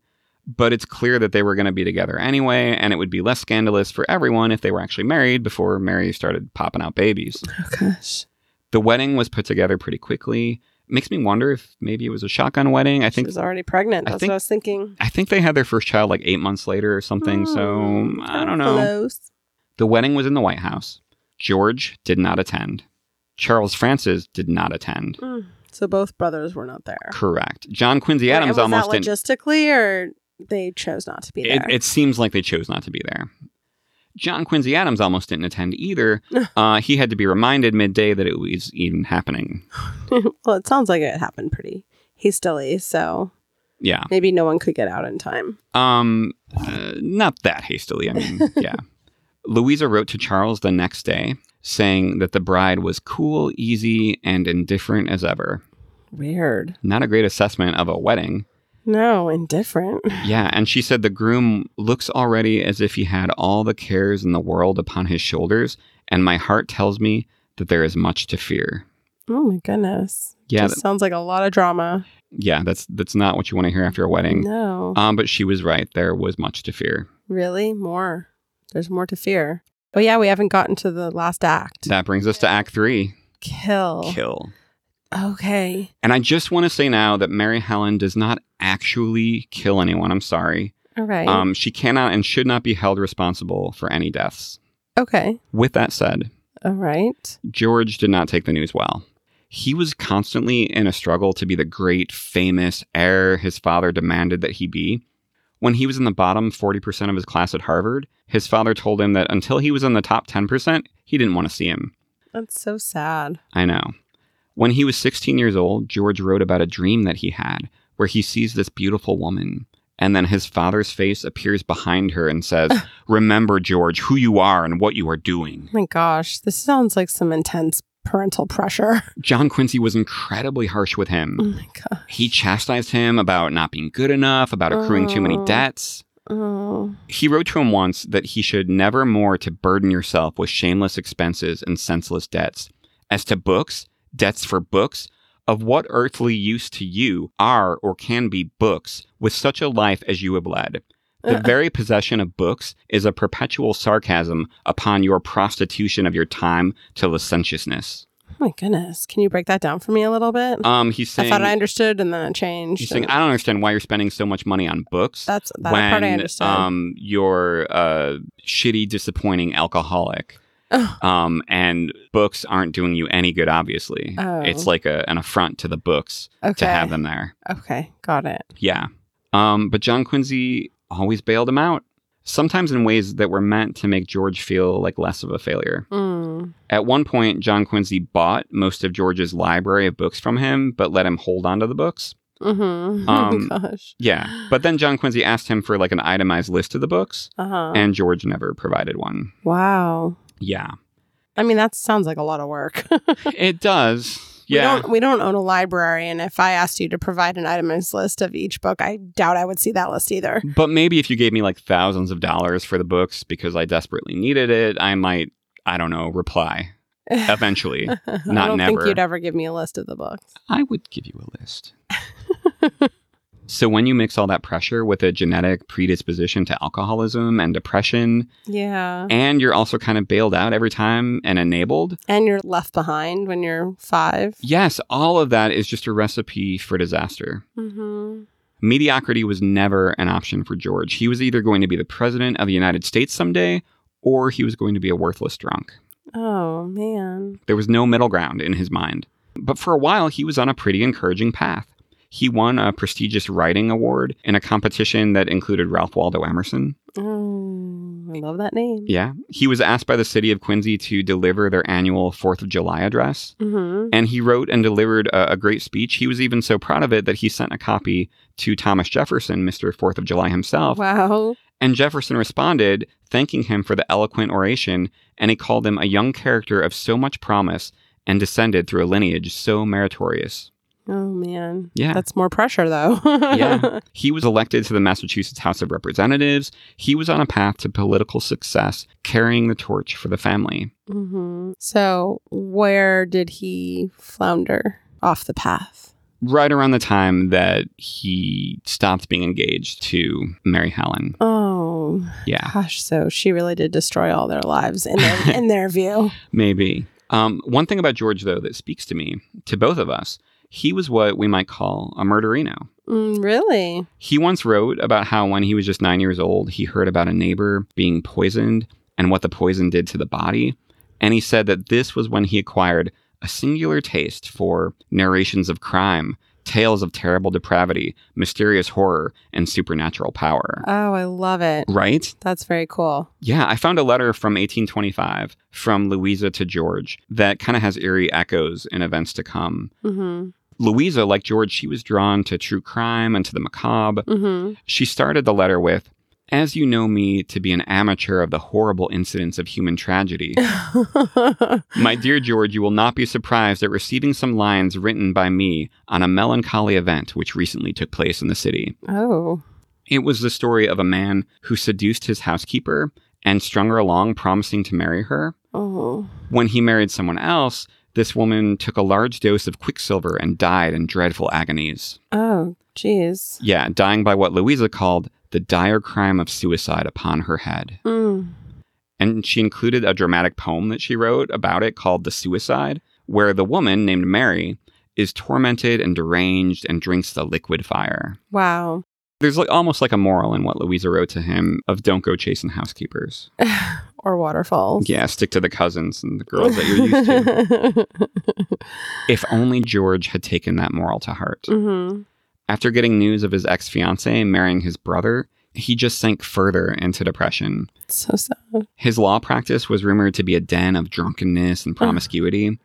S2: but it's clear that they were going to be together anyway, and it would be less scandalous for everyone if they were actually married before Mary started popping out babies.
S1: Oh, gosh.
S2: The wedding was put together pretty quickly. Makes me wonder if maybe it was a shotgun wedding. I
S1: She
S2: think
S1: was already pregnant.
S2: I
S1: That's
S2: think-
S1: what I was thinking.
S2: I think they had their first child like 8 months later or something, so
S1: Hmm,
S2: I don't know.
S1: close.
S2: The wedding was in the White House. George did not attend. Charles Francis did not attend.
S1: Mm. So both brothers were not there.
S2: Correct. John Quincy
S1: Wait,
S2: Adams
S1: and was
S2: almost
S1: that
S2: didn't.
S1: logistically, or they chose not to be
S2: It,
S1: there.
S2: it seems like they chose not to be there. John Quincy Adams almost didn't attend either. uh, he had to be reminded midday that it was even happening.
S1: well, it sounds like it happened pretty hastily, so
S2: Yeah.
S1: maybe no one could get out in time.
S2: Um, uh, not that hastily. I mean, yeah. Louisa wrote to Charles the next day saying that the bride was cool, easy, and indifferent as ever.
S1: Weird.
S2: Not a great assessment of a wedding.
S1: No, indifferent.
S2: Yeah. And she said the groom looks already as if he had all the cares in the world upon his shoulders. And my heart tells me that there is much to fear.
S1: Oh my goodness.
S2: Yeah,
S1: Just sounds like a lot of drama.
S2: yeah, that's that's not what you want to hear after a wedding.
S1: No.
S2: Um, but she was right. There was much to fear.
S1: really? More. There's more to fear. Oh yeah, we haven't gotten to the last act.
S2: That brings us to Act Three:
S1: Kill.
S2: kill.
S1: Okay.
S2: And I just want to say now that Mary Helen does not actually kill anyone. I'm sorry.
S1: All right.
S2: Um, she cannot and should not be held responsible for any deaths.
S1: okay.
S2: With that said,
S1: All right.
S2: George did not take the news well. He was constantly in a struggle to be the great, famous heir his father demanded that he be. When he was in the bottom 40% of his class at Harvard, his father told him that until he was in the top 10%, he didn't want to see him.
S1: That's so sad.
S2: I know. When he was 16 years old, George wrote about a dream that he had where he sees this beautiful woman. And then his father's face appears behind her and says, Remember, George, who you are and what you are doing.
S1: Oh my gosh, this sounds like some intense parental pressure.
S2: John Quincy was incredibly harsh with him.
S1: Oh my god.
S2: He chastised him about not being good enough, about accruing too many
S1: Oh.
S2: debts.
S1: Oh.
S2: He wrote to him once that he should never more to burden yourself with shameless expenses and senseless debts. As to books, debts for books, of what earthly use to you are or can be books with such a life as you have led?
S1: Uh.
S2: The very possession of books is a perpetual sarcasm upon your prostitution of your time to licentiousness.
S1: Oh my goodness. Can you break that down for me a little bit?
S2: Um, he's
S1: I
S2: saying,
S1: thought I understood and then it changed.
S2: he's saying,
S1: and
S2: I don't understand why you're spending so much money on books.
S1: that's that
S2: when
S1: part I understood.
S2: um you're a shitty, disappointing alcoholic,
S1: Oh.
S2: um, and books aren't doing you any good. Obviously,
S1: Oh.
S2: it's like a, an affront to the books to
S1: okay.
S2: have them there.
S1: Okay. Got it.
S2: Yeah, um, but John Quincy always bailed him out. Sometimes in ways that were meant to make George feel like less of a failure.
S1: Mm.
S2: At one point, John Quincy bought most of George's library of books from him, but let him hold onto the books.
S1: Mm-hmm.
S2: Um,
S1: oh gosh.
S2: Yeah. But then John Quincy asked him for like an itemized list of the books,
S1: Uh-huh.
S2: and George never provided one.
S1: wow.
S2: Yeah,
S1: I mean, that sounds like a lot of work.
S2: it does. Yeah,
S1: We don't, we don't own a library, and if I asked you to provide an itemized list of each book, I doubt I would see that list either.
S2: but maybe if you gave me like thousands of dollars for the books because I desperately needed it, I might, I don't know, reply eventually.
S1: I
S2: Not
S1: don't think
S2: never.
S1: you'd ever give me a list of the books.
S2: I would give you a list. so when you mix all that pressure with a genetic predisposition to alcoholism and depression,
S1: Yeah.
S2: and you're also kind of bailed out every time and enabled,
S1: And you're left behind when you're five.
S2: yes, all of that is just a recipe for disaster.
S1: Mm-hmm.
S2: Mediocrity was never an option for George. He was either going to be the president of the United States someday, or he was going to be a worthless drunk.
S1: Oh, man.
S2: There was no middle ground in his mind. But for a while, he was on a pretty encouraging path. He won a prestigious writing award in a competition that included Ralph Waldo Emerson.
S1: Oh, I love that name.
S2: Yeah. He was asked by the city of Quincy to deliver their annual 4th of July address.
S1: Mm-hmm.
S2: And he wrote and delivered a, a great speech. He was even so proud of it that he sent a copy to Thomas Jefferson, Mr. 4th of July
S1: Oh.
S2: himself,
S1: Wow.
S2: And Jefferson responded, thanking him for the eloquent oration, and he called him a young character of so much promise and descended through a lineage so meritorious.
S1: Oh, man.
S2: Yeah.
S1: That's more pressure, though.
S2: Yeah. He was elected to the Massachusetts House of Representatives. He was on a path to political success, carrying the torch for the family.
S1: hmm So, where did he flounder off the path?
S2: Right around the time that he stopped being engaged to Mary Helen.
S1: Oh,
S2: Yeah,
S1: Gosh, so she really did destroy all their lives in their, in their view.
S2: maybe. Um, one thing about George, though, that speaks to me, to both of us, he was what we might call a murderino.
S1: Mm, really?
S2: He once wrote about how when he was just nine years old, he heard about a neighbor being poisoned and what the poison did to the body. And he said that this was when he acquired a singular taste for narrations of crime, tales of terrible depravity, mysterious horror, and supernatural power.
S1: Oh, I love it.
S2: Right?
S1: That's very cool.
S2: Yeah, I found a letter from 1825 from Louisa to George that kind of has eerie echoes in events to come.
S1: hmm
S2: Louisa, like George, she was drawn to true crime and to the macabre.
S1: hmm
S2: She started the letter with, As you know me to be an amateur of the horrible incidents of human tragedy, my dear George, you will not be surprised at receiving some lines written by me on a melancholy event which recently took place in the city.
S1: oh,
S2: It was the story of a man who seduced his housekeeper and strung her along, promising to marry her.
S1: oh,
S2: When he married someone else, this woman took a large dose of quicksilver and died in dreadful agonies.
S1: oh, jeez.
S2: Yeah, dying by what Louisa called the dire crime of suicide upon her head.
S1: Mm.
S2: And she included a dramatic poem that she wrote about it called The Suicide, where the woman named Mary is tormented and deranged and drinks the liquid fire.
S1: Wow.
S2: There's like almost like a moral in what Louisa wrote to him of don't go chasing housekeepers.
S1: or waterfalls.
S2: Yeah, stick to the cousins and the girls that you're used to. if only George had taken that moral to heart.
S1: hmm
S2: After getting news of his ex fiancee marrying his brother, he just sank further into depression.
S1: So sad.
S2: His law practice was rumored to be a den of drunkenness and promiscuity.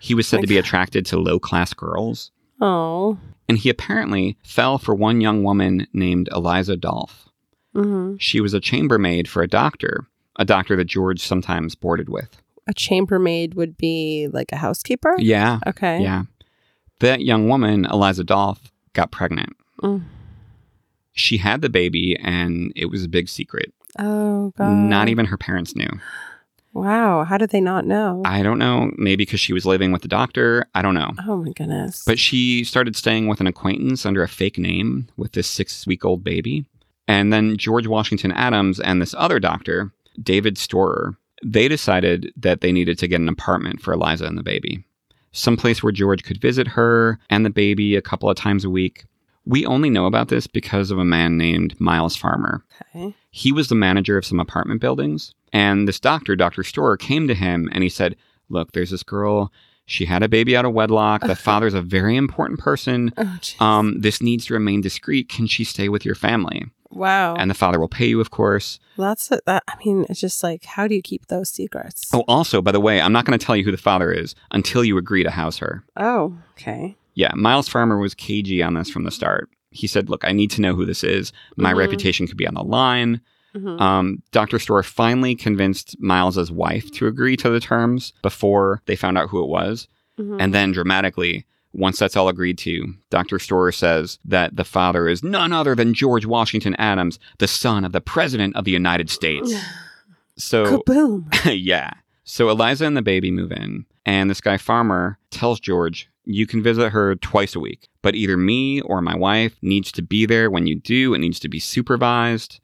S2: He was said to be attracted to low class girls.
S1: Oh.
S2: And he apparently fell for one young woman named Eliza Dolph.
S1: hmm
S2: She was a chambermaid for a doctor, a doctor that George sometimes boarded with.
S1: a chambermaid would be like a housekeeper?
S2: Yeah.
S1: Okay.
S2: Yeah. That young woman, Eliza Dolph, got pregnant.
S1: Mm.
S2: She had the baby and it was a big secret.
S1: Oh god.
S2: Not even her parents knew.
S1: Wow. How did they not know?
S2: I don't know, maybe because she was living with the doctor. I don't know.
S1: oh my goodness.
S2: But she started staying with an acquaintance under a fake name with this six week old baby. And then George Washington Adams and this other doctor, David Storer, they decided that they needed to get an apartment for Eliza and the baby. Someplace where George could visit her and the baby a couple of times a week. We only know about this because of a man named Miles Farmer.
S1: okay.
S2: He was the manager of some apartment buildings. And this doctor, Dr. Storer, came to him and he said, Look, there's this girl. She had a baby out of wedlock. The father's a very important person.
S1: Oh, geez.
S2: Um, this needs to remain discreet. Can she stay with your family?
S1: wow.
S2: And the father will pay you, of course.
S1: That's a, that. I mean, it's just like, how do you keep those secrets?
S2: Oh, also, by the way, I'm not going to tell you who the father is until you agree to house her.
S1: Oh, okay.
S2: Yeah, Miles Farmer was cagey on this from the start. He said, Look, I need to know who this is. My
S1: Mhm.
S2: reputation could be on the line.
S1: Mhm.
S2: Um, Dr. Storer finally convinced Miles's wife to agree to the terms before they found out who it was.
S1: Mhm.
S2: And then dramatically, once that's all agreed to, Dr. Storer says that the father is none other than George Washington Adams, the son of the President of the United States. So,
S1: Kaboom.
S2: yeah. So Eliza and the baby move in, and this guy, Farmer, tells George, You can visit her twice a week, but either me or my wife needs to be there when you do. It needs to be supervised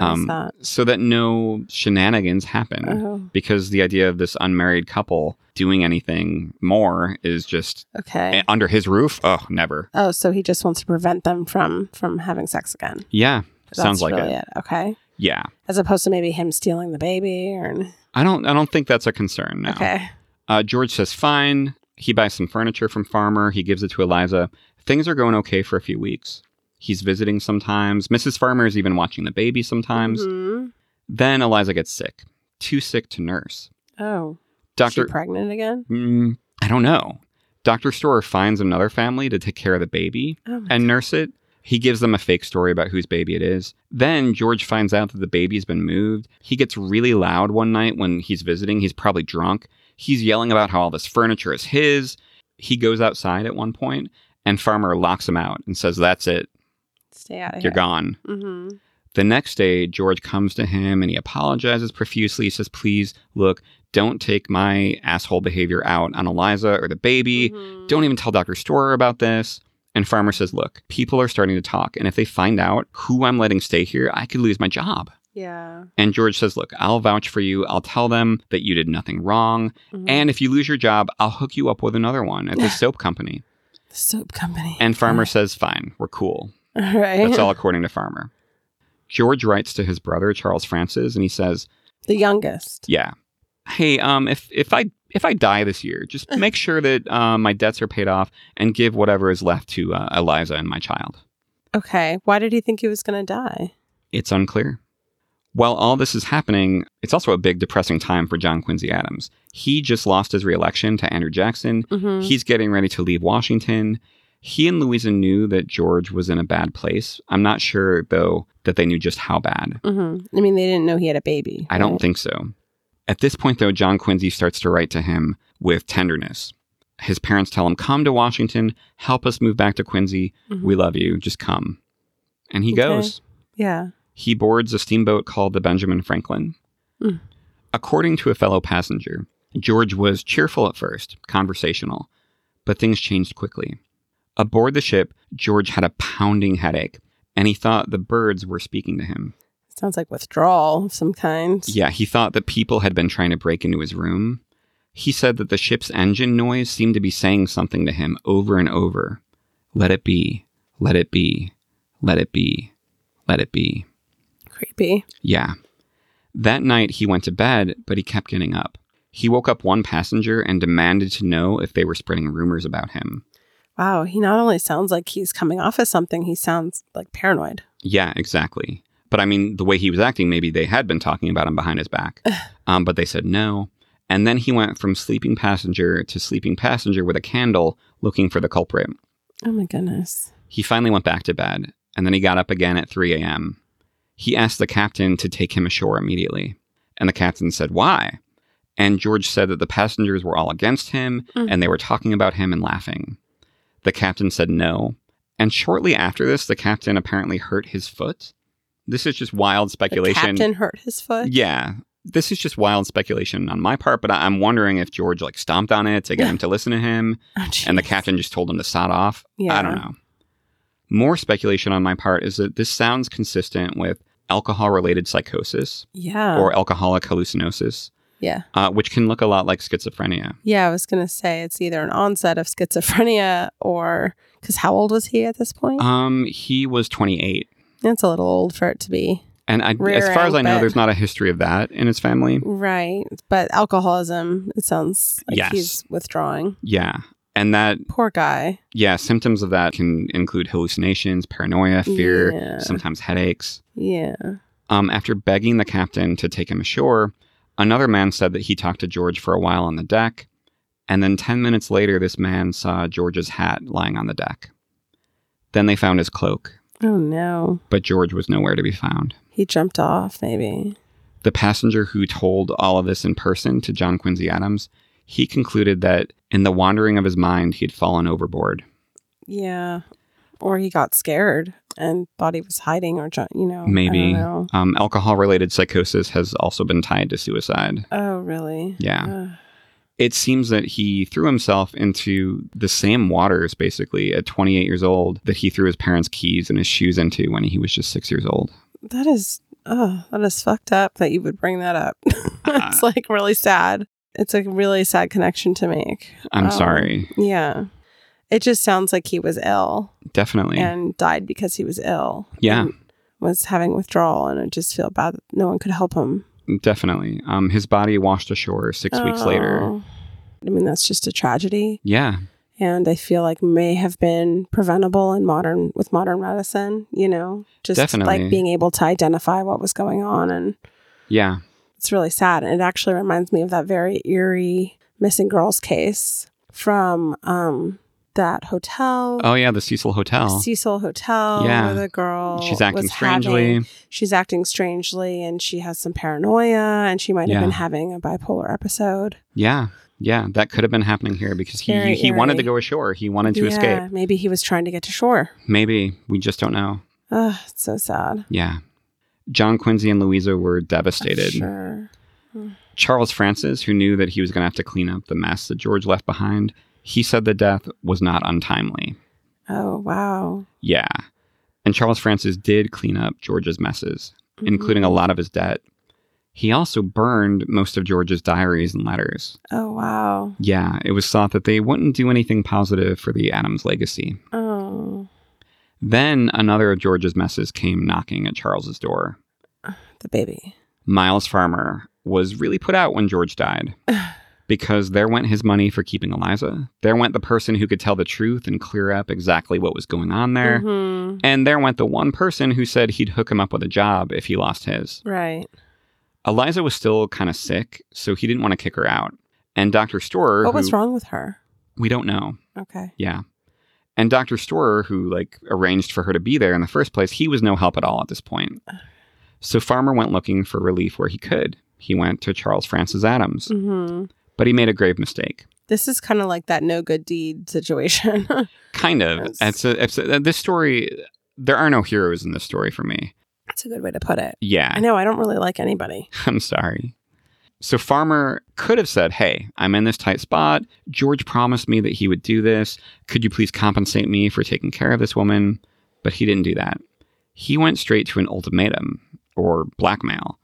S2: um, mm.
S1: is that?
S2: so that no shenanigans happen.
S1: Oh,
S2: Because the idea of this unmarried couple doing anything more is just
S1: okay.
S2: eh, under his roof. Oh, never.
S1: Oh, so he just wants to prevent them from from having sex again.
S2: Yeah, sounds
S1: That's
S2: like
S1: really
S2: it.
S1: Okay.
S2: Yeah,
S1: As opposed to maybe him stealing the baby or
S2: I don't. I don't think that's a concern. No.
S1: okay.
S2: Uh, George says fine. He buys some furniture from Farmer. He gives it to Eliza. Things are going okay for a few weeks. He's visiting sometimes. Mrs. Farmer is even watching the baby sometimes.
S1: Mhm.
S2: Then Eliza gets sick, too sick to nurse.
S1: Oh,
S2: Doctor,
S1: she pregnant again?
S2: Mm, I don't know. Dr. Storer finds another family to take care of the baby
S1: Oh my
S2: and nurse it. He gives them a fake story about whose baby it is. Then George finds out that the baby's been moved. He gets really loud one night when he's visiting. He's probably drunk. He's yelling about how all this furniture is his. He goes outside at one point, and Farmer locks him out and says, That's it.
S1: stay out of
S2: You're
S1: here.
S2: gone.
S1: hmm
S2: The next day, George comes to him and he apologizes profusely. He says, Please, look, don't take my asshole behavior out on Eliza or the baby.
S1: Mm-hmm.
S2: Don't even tell Dr. Storer about this. And Farmer says, Look, people are starting to talk. And if they find out who I'm letting stay here, I could lose my job.
S1: Yeah.
S2: And George says, Look, I'll vouch for you. I'll tell them that you did nothing wrong.
S1: Mhm.
S2: And if you lose your job, I'll hook you up with another one at the soap company.
S1: The soap company.
S2: And Farmer says, Fine, we're cool.
S1: All right.
S2: That's all according to Farmer. George writes to his brother, Charles Francis, and he says,
S1: The youngest.
S2: Yeah. Hey, um, if if I if I die this year, just make sure that um, my debts are paid off and give whatever is left to uh, Eliza and my child.
S1: Okay. Why did he think he was going to die?
S2: It's unclear. While all this is happening, it's also a big depressing time for John Quincy Adams. He just lost his reelection to Andrew Jackson.
S1: Mm-hmm.
S2: He's getting ready to leave Washington. He and Louisa knew that George was in a bad place. I'm not sure though that they knew just how bad.
S1: Mm-hmm. I mean, they didn't know he had a baby.
S2: I don't
S1: right?
S2: think so. At this point, though, John Quincy starts to write to him with tenderness. His parents tell him, Come to Washington, help us move back to Quincy.
S1: Mhm.
S2: We love you. Just come. And he
S1: Okay.
S2: goes.
S1: Yeah.
S2: He boards a steamboat called the Benjamin Franklin.
S1: Mm.
S2: According to a fellow passenger, George was cheerful at first, conversational, but things changed quickly. Aboard the ship, George had a pounding headache, and he thought the birds were speaking to him.
S1: Sounds like withdrawal of some kind.
S2: Yeah, he thought that people had been trying to break into his room. He said that the ship's engine noise seemed to be saying something to him over and over. Let it be. Let it be. Let it be. Let it be.
S1: Creepy.
S2: Yeah. That night he went to bed, but he kept getting up. He woke up one passenger and demanded to know if they were spreading rumors about him.
S1: Wow. He not only sounds like he's coming off as something, he sounds like paranoid.
S2: Yeah, exactly. But I mean, the way he was acting, maybe they had been talking about him behind his back. um, but they said no. And then he went from sleeping passenger to sleeping passenger with a candle looking for the culprit.
S1: Oh my goodness.
S2: He finally went back to bed, and then he got up again at 3 a.m. He asked the captain to take him ashore immediately. And the captain said, Why? And George said that the passengers were all against him
S1: Mm.
S2: and they were talking about him and laughing. The captain said no. And shortly after this, the captain apparently hurt his foot. This is just wild
S1: The
S2: speculation.
S1: captain hurt his foot.
S2: Yeah. This is just wild speculation on my part, but I- I'm wondering if George like stomped on it to get him to listen to him
S1: Oh,
S2: and the
S1: jeez.
S2: captain just told him to sod off.
S1: Yeah.
S2: I don't know. More speculation on my part is that this sounds consistent with alcohol related psychosis
S1: Yeah.
S2: or alcoholic hallucinosis,
S1: yeah.
S2: uh, which can look a lot like schizophrenia.
S1: Yeah. I was going to say it's either an onset of schizophrenia or because how old was he at this point?
S2: Um, he was 28.
S1: That's a little old for it to be.
S2: And I,
S1: Rare
S2: as far as I know,
S1: outfit.
S2: there's not a history of that in his family.
S1: Right. But alcoholism, it sounds like
S2: Yes.
S1: he's withdrawing.
S2: Yeah. And that,
S1: Poor guy.
S2: yeah, symptoms of that can include hallucinations, paranoia, fear,
S1: Yeah.
S2: sometimes headaches.
S1: Yeah.
S2: Um, after begging the captain to take him ashore, another man said that he talked to George for a while on the deck, and then 10 minutes later, this man saw George's hat lying on the deck. Then they found his cloak,
S1: Oh, no.
S2: but George was nowhere to be found.
S1: He jumped off, maybe.
S2: The passenger who told all of this in person to John Quincy Adams, he concluded that in the wandering of his mind, he had fallen overboard.
S1: Yeah. Or he got scared and thought he was hiding or, ju- you know. Oh, I don't
S2: Maybe.
S1: know.
S2: Um, alcohol related psychosis has also been tied to suicide.
S1: Oh, really?
S2: Yeah.
S1: Ugh.
S2: it seems that he threw himself into the same waters basically at 28 years old that he threw his parents' keys and his shoes into when he was just six years old.
S1: that is, oh, that is fucked up that you would bring that up.
S2: Uh.
S1: it's like really sad. It's a really sad connection to make.
S2: I'm
S1: Oh.
S2: sorry.
S1: Yeah. It just sounds like he was ill
S2: Definitely.
S1: and died because he was ill.
S2: Yeah.
S1: and Was having withdrawal and I just feel bad that no one could help him.
S2: Definitely. Um, his body washed ashore six weeks later.
S1: Oh. I mean, that's just a tragedy.
S2: Yeah.
S1: And I feel like may have been preventable in modern with modern medicine, you know, just
S2: Definitely.
S1: like being able to identify what was going on. And
S2: Yeah.
S1: it's really sad. And it actually reminds me of that very eerie missing girls case from um, that hotel.
S2: Oh, yeah. The Cecil Hotel.
S1: Cecil Hotel,
S2: Yeah.
S1: where the girl
S2: She's acting
S1: was
S2: strangely.
S1: having- she's acting strangely, and she has some paranoia, and she might have been
S2: Yeah.
S1: having a bipolar episode.
S2: Yeah. Yeah. That could have been happening here because he,
S1: Very
S2: he wanted to
S1: eerie.
S2: go ashore. He wanted to
S1: yeah,
S2: escape.
S1: maybe he was trying to get to shore.
S2: Maybe. We just don't know.
S1: Ugh, it's so sad.
S2: Yeah. John Quincy and Louisa were devastated.
S1: Sure.
S2: Charles Francis, who knew that he was going to have to clean up the mess that George left behind, he said the death was not untimely.
S1: Oh wow.
S2: Yeah. And Charles Francis did clean up George's messes,
S1: Mm-hmm.
S2: including a lot of his debt. He also burned most of George's diaries and letters.
S1: Oh wow.
S2: Yeah, it was thought that they wouldn't do anything positive for the Adams legacy.
S1: Oh,
S2: Then another of George's messes came knocking at Charles's door.
S1: the baby.
S2: Miles Farmer was really put out when George died because there went his money for keeping Eliza. There went the person who could tell the truth and clear up exactly what was going on there.
S1: Mhm.
S2: And there went the one person who said he'd hook him up with a job if he lost his.
S1: Right.
S2: Eliza was still kind of sick, so he didn't want to kick her out. And Dr. Storer,
S1: What was
S2: who-
S1: wrong with her?
S2: we don't know.
S1: Okay.
S2: Yeah. And Dr. Storer, who like arranged for her to be there in the first place, he was no help at all at this point. So Farmer went looking for relief where he could. He went to Charles Francis Adams,
S1: hmm
S2: but he made a grave mistake.
S1: This is kind of like that no good deed situation.
S2: Kind of.
S1: Yes.
S2: It's a, it's a- this story, there are no heroes in this story for me.
S1: That's a good way to put it.
S2: Yeah,
S1: I know. I don't really like anybody.
S2: I'm sorry. So Farmer could have said, "Hey, I'm in this tight spot. George promised me that he would do this. Could you please compensate me for taking care of this woman?" But he didn't do that. He went straight to an ultimatum or blackmail.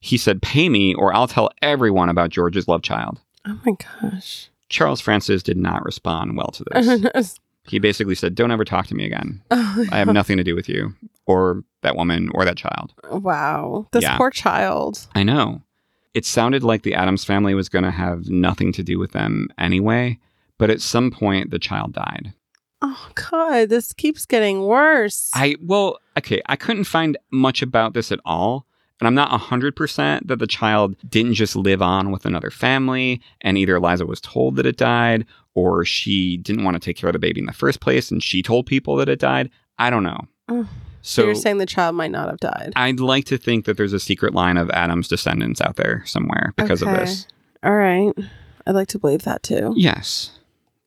S2: He said, "Pay me or I'll tell everyone about George's love child."
S1: Oh my gosh.
S2: Charles Francis did not respond well to this.
S1: I
S2: he basically said, "Don't ever talk to me again. I have nothing to do with you or that woman or that child."
S1: Wow. This
S2: Yeah.
S1: poor child.
S2: I know. It sounded like the Adams family was going to have nothing to do with them anyway, but at some point the child died.
S1: Oh God, this keeps getting worse.
S2: I, well, okay, I couldn't find much about this at all. And I'm not 100% that the child didn't just live on with another family and either Eliza was told that it died or she didn't want to take care of the baby in the first place and she told people that it died. I don't know.
S1: Mm. so
S2: So
S1: you're saying the child might not have died.
S2: I'd like to think that there's a secret line of Adam's descendants out there somewhere because
S1: Okay.
S2: of this.
S1: All right. I'd like to believe that too.
S2: Yes.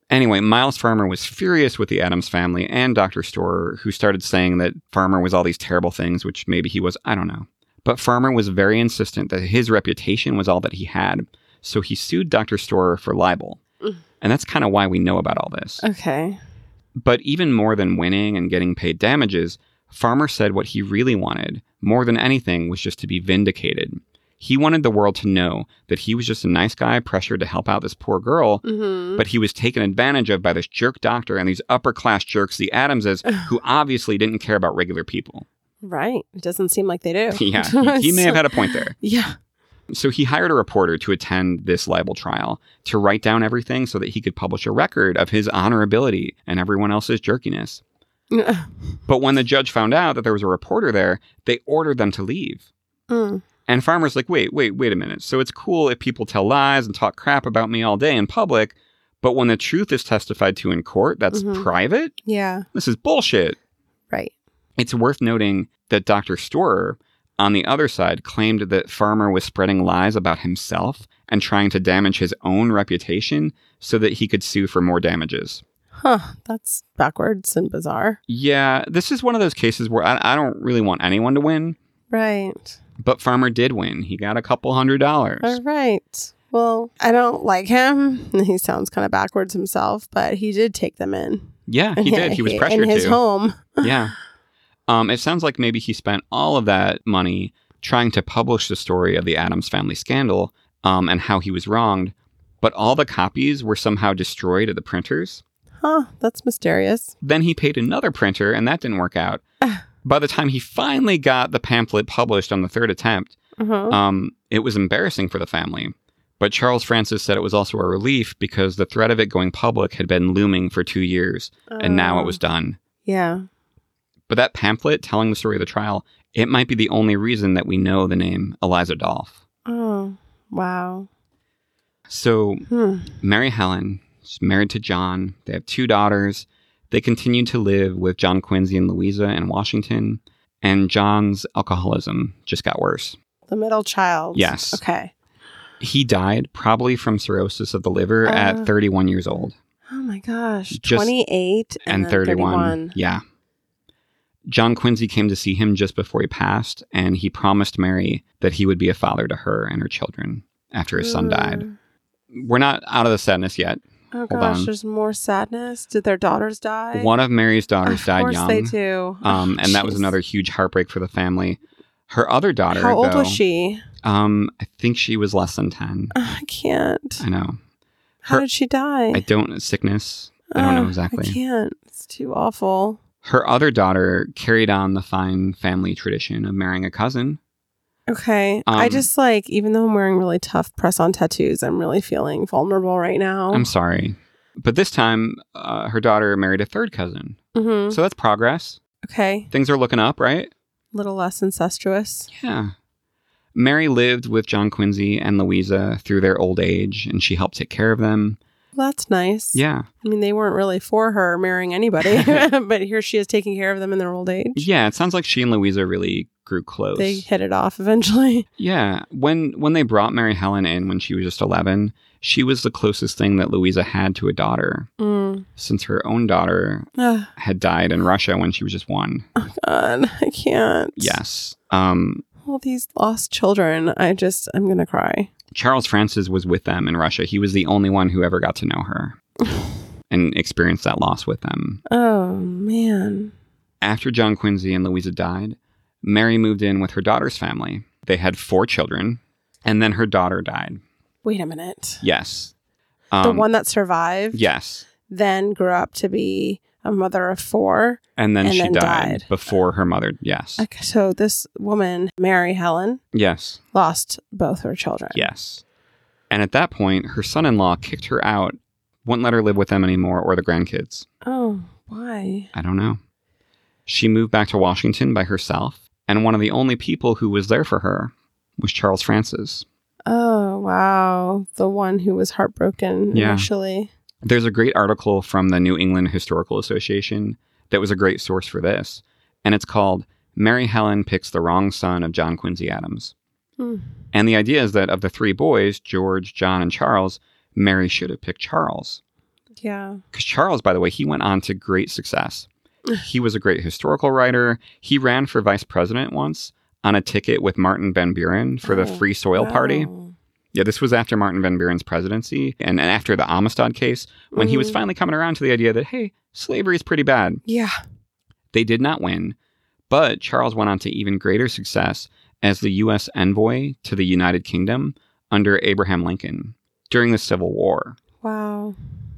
S2: Anyway, Miles Farmer was furious with the Adams family and Dr. Storer, who started saying that Farmer was all these terrible things, which maybe he was, I don't know. But Farmer was very insistent that his reputation was all that he had, so he sued Dr. Storer for libel.
S1: Mm.
S2: And that's kind of why we know about all this.
S1: Uh. Okay.
S2: But even more than winning and getting paid damages, Farmer said what he really wanted, more than anything, was just to be vindicated. He wanted the world to know that he was just a nice guy pressured to help out this poor girl,
S1: Mm-hmm.
S2: but he was taken advantage of by this jerk doctor and these upper class jerks, the Adamses, who obviously didn't care about regular people.
S1: Right. It doesn't seem like they do.
S2: yeah, he, he may have had a point there.
S1: Yeah.
S2: So he hired a reporter to attend this libel trial to write down everything so that he could publish a record of his honorability and everyone else's jerkiness. But when the judge found out that there was a reporter there, they ordered them to leave.
S1: Mm.
S2: And Farmer's like, wait, wait, wait a minute. So it's cool if people tell lies and talk crap about me all day in public, but when the truth is testified to in court, that's
S1: Mhm.
S2: private?
S1: Yeah.
S2: This is bullshit.
S1: Right.
S2: It's worth noting that Dr. Storer, on the other side, claimed that Farmer was spreading lies about himself and trying to damage his own reputation so that he could sue for more damages.
S1: Huh. That's backwards and bizarre.
S2: Yeah, this is one of those cases where I, I don't really want anyone to win,
S1: Right.
S2: but Farmer did win. He got a couple hundred dollars.
S1: All right. Well, I don't like him. He sounds kind of backwards himself, but he did take them in.
S2: Yeah, he did. He was pressured
S1: in his
S2: to.
S1: home.
S2: yeah. Um, it sounds like maybe he spent all of that money trying to publish the story of the Adams family scandal um, and how he was wronged, but all the copies were somehow destroyed at the printers.
S1: Huh. That's mysterious.
S2: Then he paid another printer, and that didn't work out. By the time he finally got the pamphlet published on the third attempt,
S1: Uh-huh.
S2: Um, it was embarrassing for the family. But Charles Francis said it was also a relief because the threat of it going public had been looming for two years, and now it
S1: Uh,
S2: was done.
S1: Yeah.
S2: But that pamphlet telling the story of the trial, it might be the only reason that we know the name Eliza Dolph.
S1: Oh, wow.
S2: So
S1: Hmm.
S2: Mary Helen is married to John. They have two daughters. They continue to live with John Quincy and Louisa in Washington, and John's alcoholism just got worse.
S1: The middle child.
S2: Yes.
S1: Okay.
S2: He died probably from cirrhosis of the liver
S1: Uh.
S2: at 31 years old.
S1: Oh my gosh.
S2: Just-
S1: 28
S2: and,
S1: then
S2: 31. Yeah. John Quincy came to see him just before he passed, and he promised Mary that he would be a father to her and her children after his son died.
S1: Mm.
S2: We're not out of the sadness yet.
S1: Oh
S2: Hold
S1: gosh,
S2: on.
S1: there's more sadness. Did their daughters die?
S2: One of Mary's daughters
S1: of
S2: died
S1: course they
S2: young,
S1: do.
S2: um, and that was
S1: Jeez.
S2: another huge heartbreak for the family. Her other daughter,
S1: How old
S2: though,
S1: was she?
S2: Um, I think she was less than ten.
S1: Ugh, I can't.
S2: I know.
S1: How
S2: her-
S1: did she die?
S2: I don't sickness. I don't know
S1: Ugh,
S2: exactly.
S1: I can't. It's too awful.
S2: Her other daughter carried on the fine family tradition of marrying a cousin,
S1: Okay. I
S2: Um,
S1: just like, even though I'm wearing really tough press on tattoos, I'm really feeling vulnerable right now.
S2: I'm sorry. But this time, uh, her daughter married a third cousin.
S1: Mhm.
S2: So that's progress.
S1: Okay.
S2: Things are looking up, right?
S1: Little less incestuous.
S2: Yeah. Mary lived with John Quincy and Louisa through their old age, and she helped take care of them.
S1: That's nice.
S2: Yeah.
S1: I mean, they weren't really for her marrying anybody, but here she is taking care of them in their old age.
S2: Yeah, it sounds like she and Louisa really grew close.
S1: They hit it off eventually.
S2: yeah. When when they brought Mary Helen in when she was just 11, she was the closest thing that Louisa had to a daughter
S1: Mm.
S2: since her own daughter
S1: Ugh,
S2: had died in Russia when she was just 1.
S1: God, I can't.
S2: Yes. Um
S1: All these lost children. I just, I'm going to cry.
S2: Charles Francis was with them in Russia. He was the only one who ever got to know her and experienced that loss with them.
S1: Oh, man.
S2: After John Quincy and Louisa died, Mary moved in with her daughter's family. They had four children, and then her daughter died.
S1: Wait a minute.
S2: Yes.
S1: the
S2: Um,
S1: one that survived
S2: Yes.
S1: then grew up to be a mother of four.
S2: And then
S1: And
S2: she
S1: then
S2: died,
S1: died.
S2: before her mother. Yes.
S1: Okay, So this woman, Mary Helen,
S2: Yes.
S1: lost both her children.
S2: Yes. And at that point, her son in law kicked her out, wouldn't let her live with them anymore or the grandkids.
S1: Oh, why?
S2: I don't know. She moved back to Washington by herself, and one of the only people who was there for her was Charles Francis.
S1: Oh, wow. The one who was heartbroken
S2: Yeah.
S1: initially.
S2: There's a great article from the New England Historical Association that was a great source for this, and it's called Mary Helen Picks the Wrong Son of John Quincy Adams.
S1: Mm.
S2: And the idea is that of the three boys, George, John, and Charles, Mary should have picked Charles.
S1: Yeah.
S2: Because Charles, by the way, he went on to great success. he was a great historical writer. He ran for vice president once on a ticket with Martin Van Buren for the
S1: Oh,
S2: Free Soil Party.
S1: Wow.
S2: Yeah, this was after Martin Van Buren's presidency and, and after the Amistad case, when he was
S1: Mhm.
S2: finally coming around to the idea that, hey, slavery is pretty bad.
S1: Yeah.
S2: They did not win, but Charles went on to even greater success as the U.S. envoy to the United Kingdom under Abraham Lincoln during the Civil War.
S1: Wow.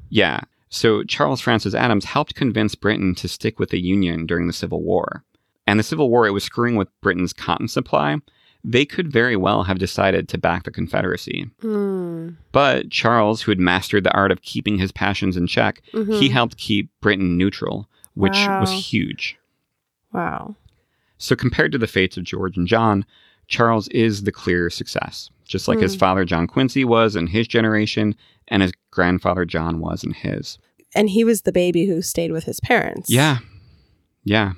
S2: Yeah, so Charles Francis Adams helped convince Britain to stick with the Union during the Civil War. And the Civil War, it was screwing with Britain's cotton supply. They could very well have decided to back the Confederacy.
S1: Mm.
S2: But Charles, who had mastered the art of keeping his passions in check, he
S1: Mhm.
S2: helped keep Britain neutral, which was
S1: Wow.
S2: huge.
S1: wow.
S2: So, compared to the fates of George and John, Charles is the clear success, just like his
S1: Hmm.
S2: father John Quincy was in his generation and his grandfather John was in his.
S1: And he was the baby who stayed with his parents.
S2: Yeah. Yeah.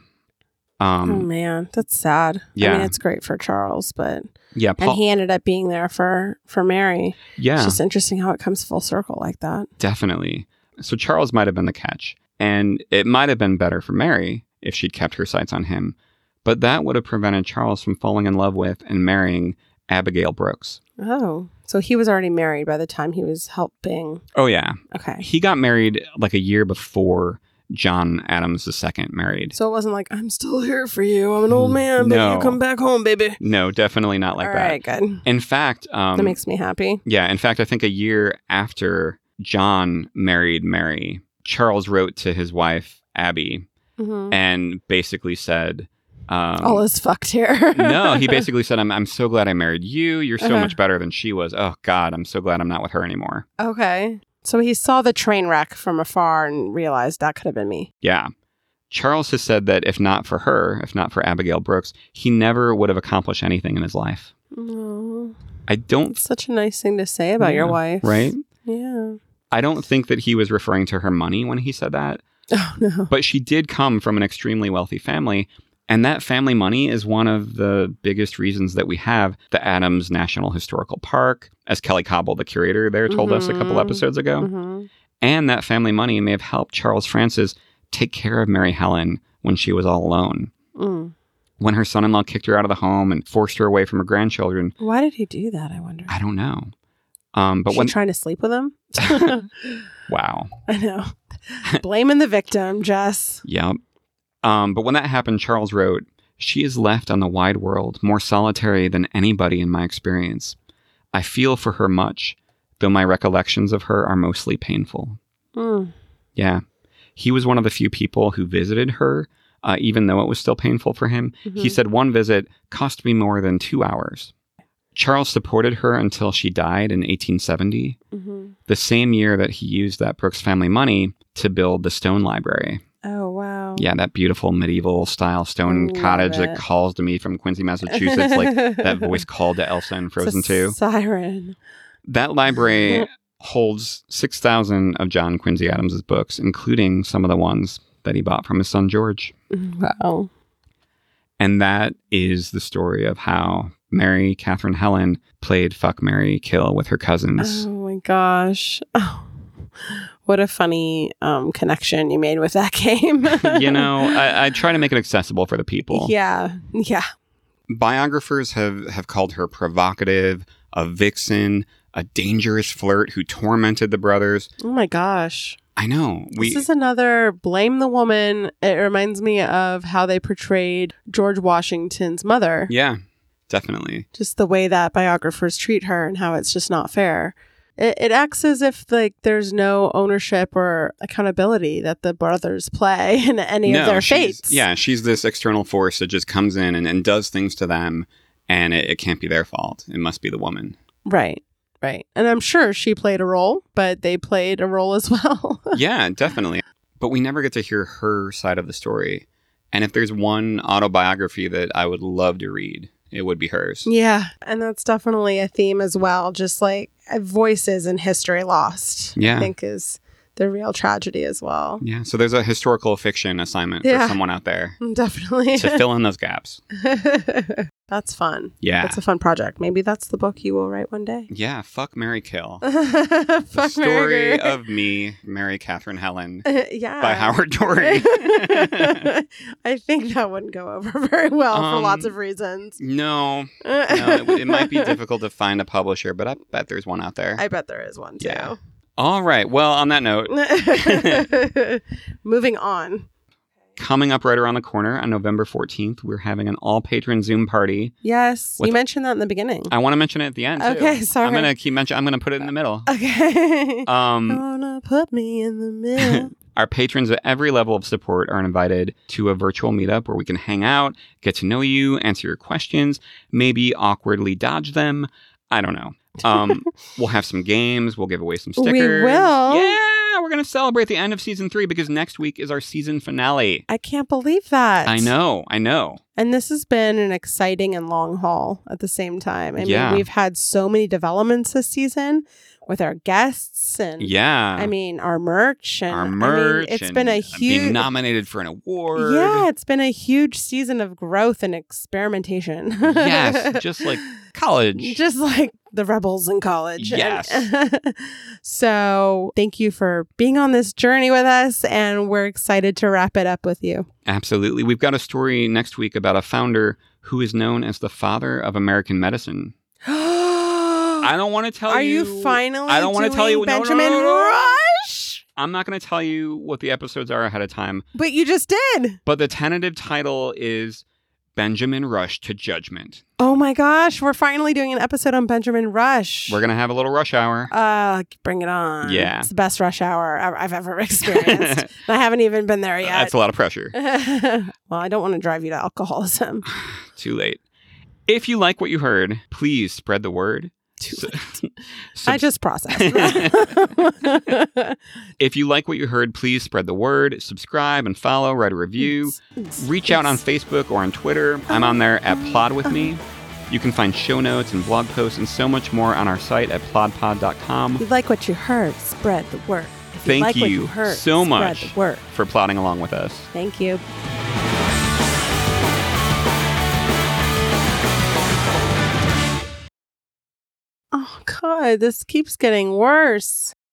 S2: Um,
S1: oh man, that's sad. I mean,
S2: yeah.
S1: it's great for Charles, but
S2: yeah.
S1: and
S2: Paul,
S1: he ended up being there for for Mary.
S2: yeah.
S1: It's just interesting how it comes full circle like that.
S2: Definitely. So Charles might have been the catch, and it might have been better for Mary if she'd kept her sights on him, but that would have prevented Charles from falling in love with and marrying Abigail Brooks.
S1: Oh, so he was already married by the time he was helping.
S2: Oh, yeah.
S1: Okay,
S2: He got married like a year before John Adams II married.
S1: so it wasn't like I'm still here for you. I'm an old man, but
S2: Mm, No.
S1: you come back home, baby.
S2: No, definitely not like
S1: All
S2: that.
S1: right, good.
S2: In fact, um,
S1: that makes me happy.
S2: yeah, in fact, I think a year after John married Mary, Charles wrote to his wife, Abby,
S1: Mhm.
S2: and basically said, um,
S1: All is fucked here.
S2: no, he basically said, I'm, I'm so glad I married you. You're so
S1: Uh-huh.
S2: much better than she was. Oh, God, I'm so glad I'm not with her anymore.
S1: okay. So he saw the train wreck from afar and realized that could have been me.
S2: Yeah. Charles has said that if not for her, if not for Abigail Brooks, he never would have accomplished anything in his life.
S1: Oh,
S2: I don't,
S1: it's such a nice thing to say about your
S2: Yeah,
S1: wife,
S2: right?
S1: Yeah.
S2: I don't think that he was referring to her money when he said that,
S1: Oh no.
S2: but she did come from an extremely wealthy family. And that family money is one of the biggest reasons that we have the Adams National Historical Park, as Kelly Cobble, the curator there, told us a couple
S1: Mhm.
S2: episodes ago.
S1: Mhm.
S2: and that family money may have helped Charles Francis take care of Mary Helen when she was all alone.
S1: Mm.
S2: When her son in law kicked her out of the home and forced her away from her grandchildren,
S1: Why did he do that? I wonder.
S2: I don't know. Um, but
S1: she
S2: when,
S1: trying to sleep with him? I
S2: wow,
S1: know. Blaming the victim, Jess.
S2: yep. Um, but when that happened, Charles wrote, She is left on the wide world, more solitary than anybody in my experience. I feel for her much, though my recollections of her are mostly painful.
S1: Mm.
S2: Yeah. He was one of the few people who visited her, uh, even though it was still painful for him. He
S1: Mhm.
S2: said one visit cost me more than two hours. Charles supported her until she died in 1870,
S1: hmm
S2: the same year that he used that Brooks family money to build the Stone Library.
S1: Oh wow.
S2: Yeah, that beautiful medieval style stone
S1: Love
S2: cottage that
S1: it.
S2: calls to me from Quincy, Massachusetts, like that voice called to Elsa in Frozen
S1: it's a
S2: 2.
S1: Siren.
S2: That library holds 6,000 of John Quincy Adams's books, including some of the ones that he bought from his son George.
S1: Wow.
S2: And that is the story of how Mary Catherine Helen played Fuck Mary Kill with her cousins.
S1: Oh my gosh. Oh. What a funny um, connection you made with that game.
S2: you know, I, I try to make it accessible for the people.
S1: Yeah. Yeah.
S2: Biographers have, have called her provocative, a vixen, a dangerous flirt who tormented the brothers.
S1: Oh my gosh.
S2: I know. We
S1: this is another blame the woman. It reminds me of how they portrayed George Washington's mother.
S2: Yeah, definitely.
S1: just the way that biographers treat her and how it's just not fair. It, it acts as if like there's no ownership or accountability that the brothers play in any of their
S2: she's-
S1: fates.
S2: Yeah, she's this external force that just comes in and, and does things to them, and it, it can't be their fault. It must be the woman.
S1: Right. Right. And I'm sure she played a role, but they played a role as well.
S2: yeah, definitely. But we never get to hear her side of the story. And if there's one autobiography that I would love to read, it would be hers.
S1: yeah. And that's definitely a theme as well, just like uh, voices and history lost.
S2: Yeah.
S1: I think is the real tragedy as well.
S2: Yeah. So there's a historical fiction assignment
S1: Yeah.
S2: Mm. for someone out there
S1: Definitely.
S2: to fill in those gaps.
S1: That's fun.
S2: Yeah.
S1: That's a fun project. Maybe that's the book you will write one day.
S2: yeah, fuck Mary Kill. The
S1: Fuck
S2: story
S1: Mary.
S2: of me, Mary Catherine Helen
S1: yeah.
S2: by Howard Dory.
S1: I think that wouldn't go over very well for
S2: Um,
S1: lots of reasons.
S2: no, no it, it might be difficult to find a publisher, but I bet there's one out there.
S1: I bet there is one too.
S2: Yeah. All right. Well, on that note,
S1: Moving on.
S2: coming up right around the corner on November 14th, we're having an all patron Zoom party.
S1: Yes,
S2: What
S1: you
S2: the-
S1: mentioned that in the beginning.
S2: I want to mention it at the end. too.
S1: Okay, sorry.
S2: I'm going to keep mentioning, I'm going to put it in the middle.
S1: okay.
S2: Uh, Um,
S1: Gonna put me in the middle.
S2: Our patrons at every level of support are invited to a virtual meetup where we can hang out, get to know you, answer your questions, maybe awkwardly dodge them. I don't know. Um, we'll have some games. We'll give away some
S1: We
S2: stickers.
S1: will.
S2: Yeah, we're going to celebrate the end of season three because next week is our season finale.
S1: I can't believe that.
S2: I know. I know.
S1: And this has been an exciting and long haul at the same time. I mean,
S2: Yeah.
S1: we've had so many developments this season with our guests and
S2: Yeah.
S1: I mean our merch and
S2: our merch.
S1: I mean, it's
S2: and
S1: been a
S2: Being
S1: huge
S2: nominated for an award.
S1: Yeah, it's been a huge season of growth and experimentation.
S2: Yes, just like college.
S1: just like the rebels in college. And-
S2: Yes.
S1: so, thank you for being on this journey with us and we're excited to wrap it up with you.
S2: Absolutely. We've got a story next week about a founder who is known as the father of American medicine. I don't want to tell
S1: Are
S2: you.
S1: you, finally?
S2: I don't wanna
S1: want
S2: tell you- no, no, no,
S1: Benjamin
S2: no, no.
S1: Rush,
S2: I'm not going to tell you what the episodes are ahead of time,
S1: but you just did.
S2: but the tentative title is Benjamin Rush to Judgment.
S1: Oh my gosh, we're finally doing an episode on Benjamin Rush.
S2: We're going to have a little rush hour.
S1: uh, bring it on.
S2: Yeah.
S1: it's the best rush hour I- I've ever experienced. and I haven't even been there yet.
S2: That's a lot of pressure.
S1: well, I don't want to drive you to alcoholism.
S2: Too late. If you like what you heard, please spread the word.
S1: Too
S2: So-
S1: I
S2: Subs-
S1: just processed.
S2: if you like what you heard, please spread the word. Subscribe and follow, write a review. Reach out on Facebook or on Twitter. I'm on there at Plod With Me. You can find show notes and blog posts and so much more on our site at plodpod.com.
S1: If you like what you heard, spread the word. If
S2: Thank
S1: like what
S2: you
S1: you heard,
S2: so
S1: spread
S2: much.
S1: the word.
S2: For plodding along with us.
S1: Thank you. Oh, God, this keeps getting worse.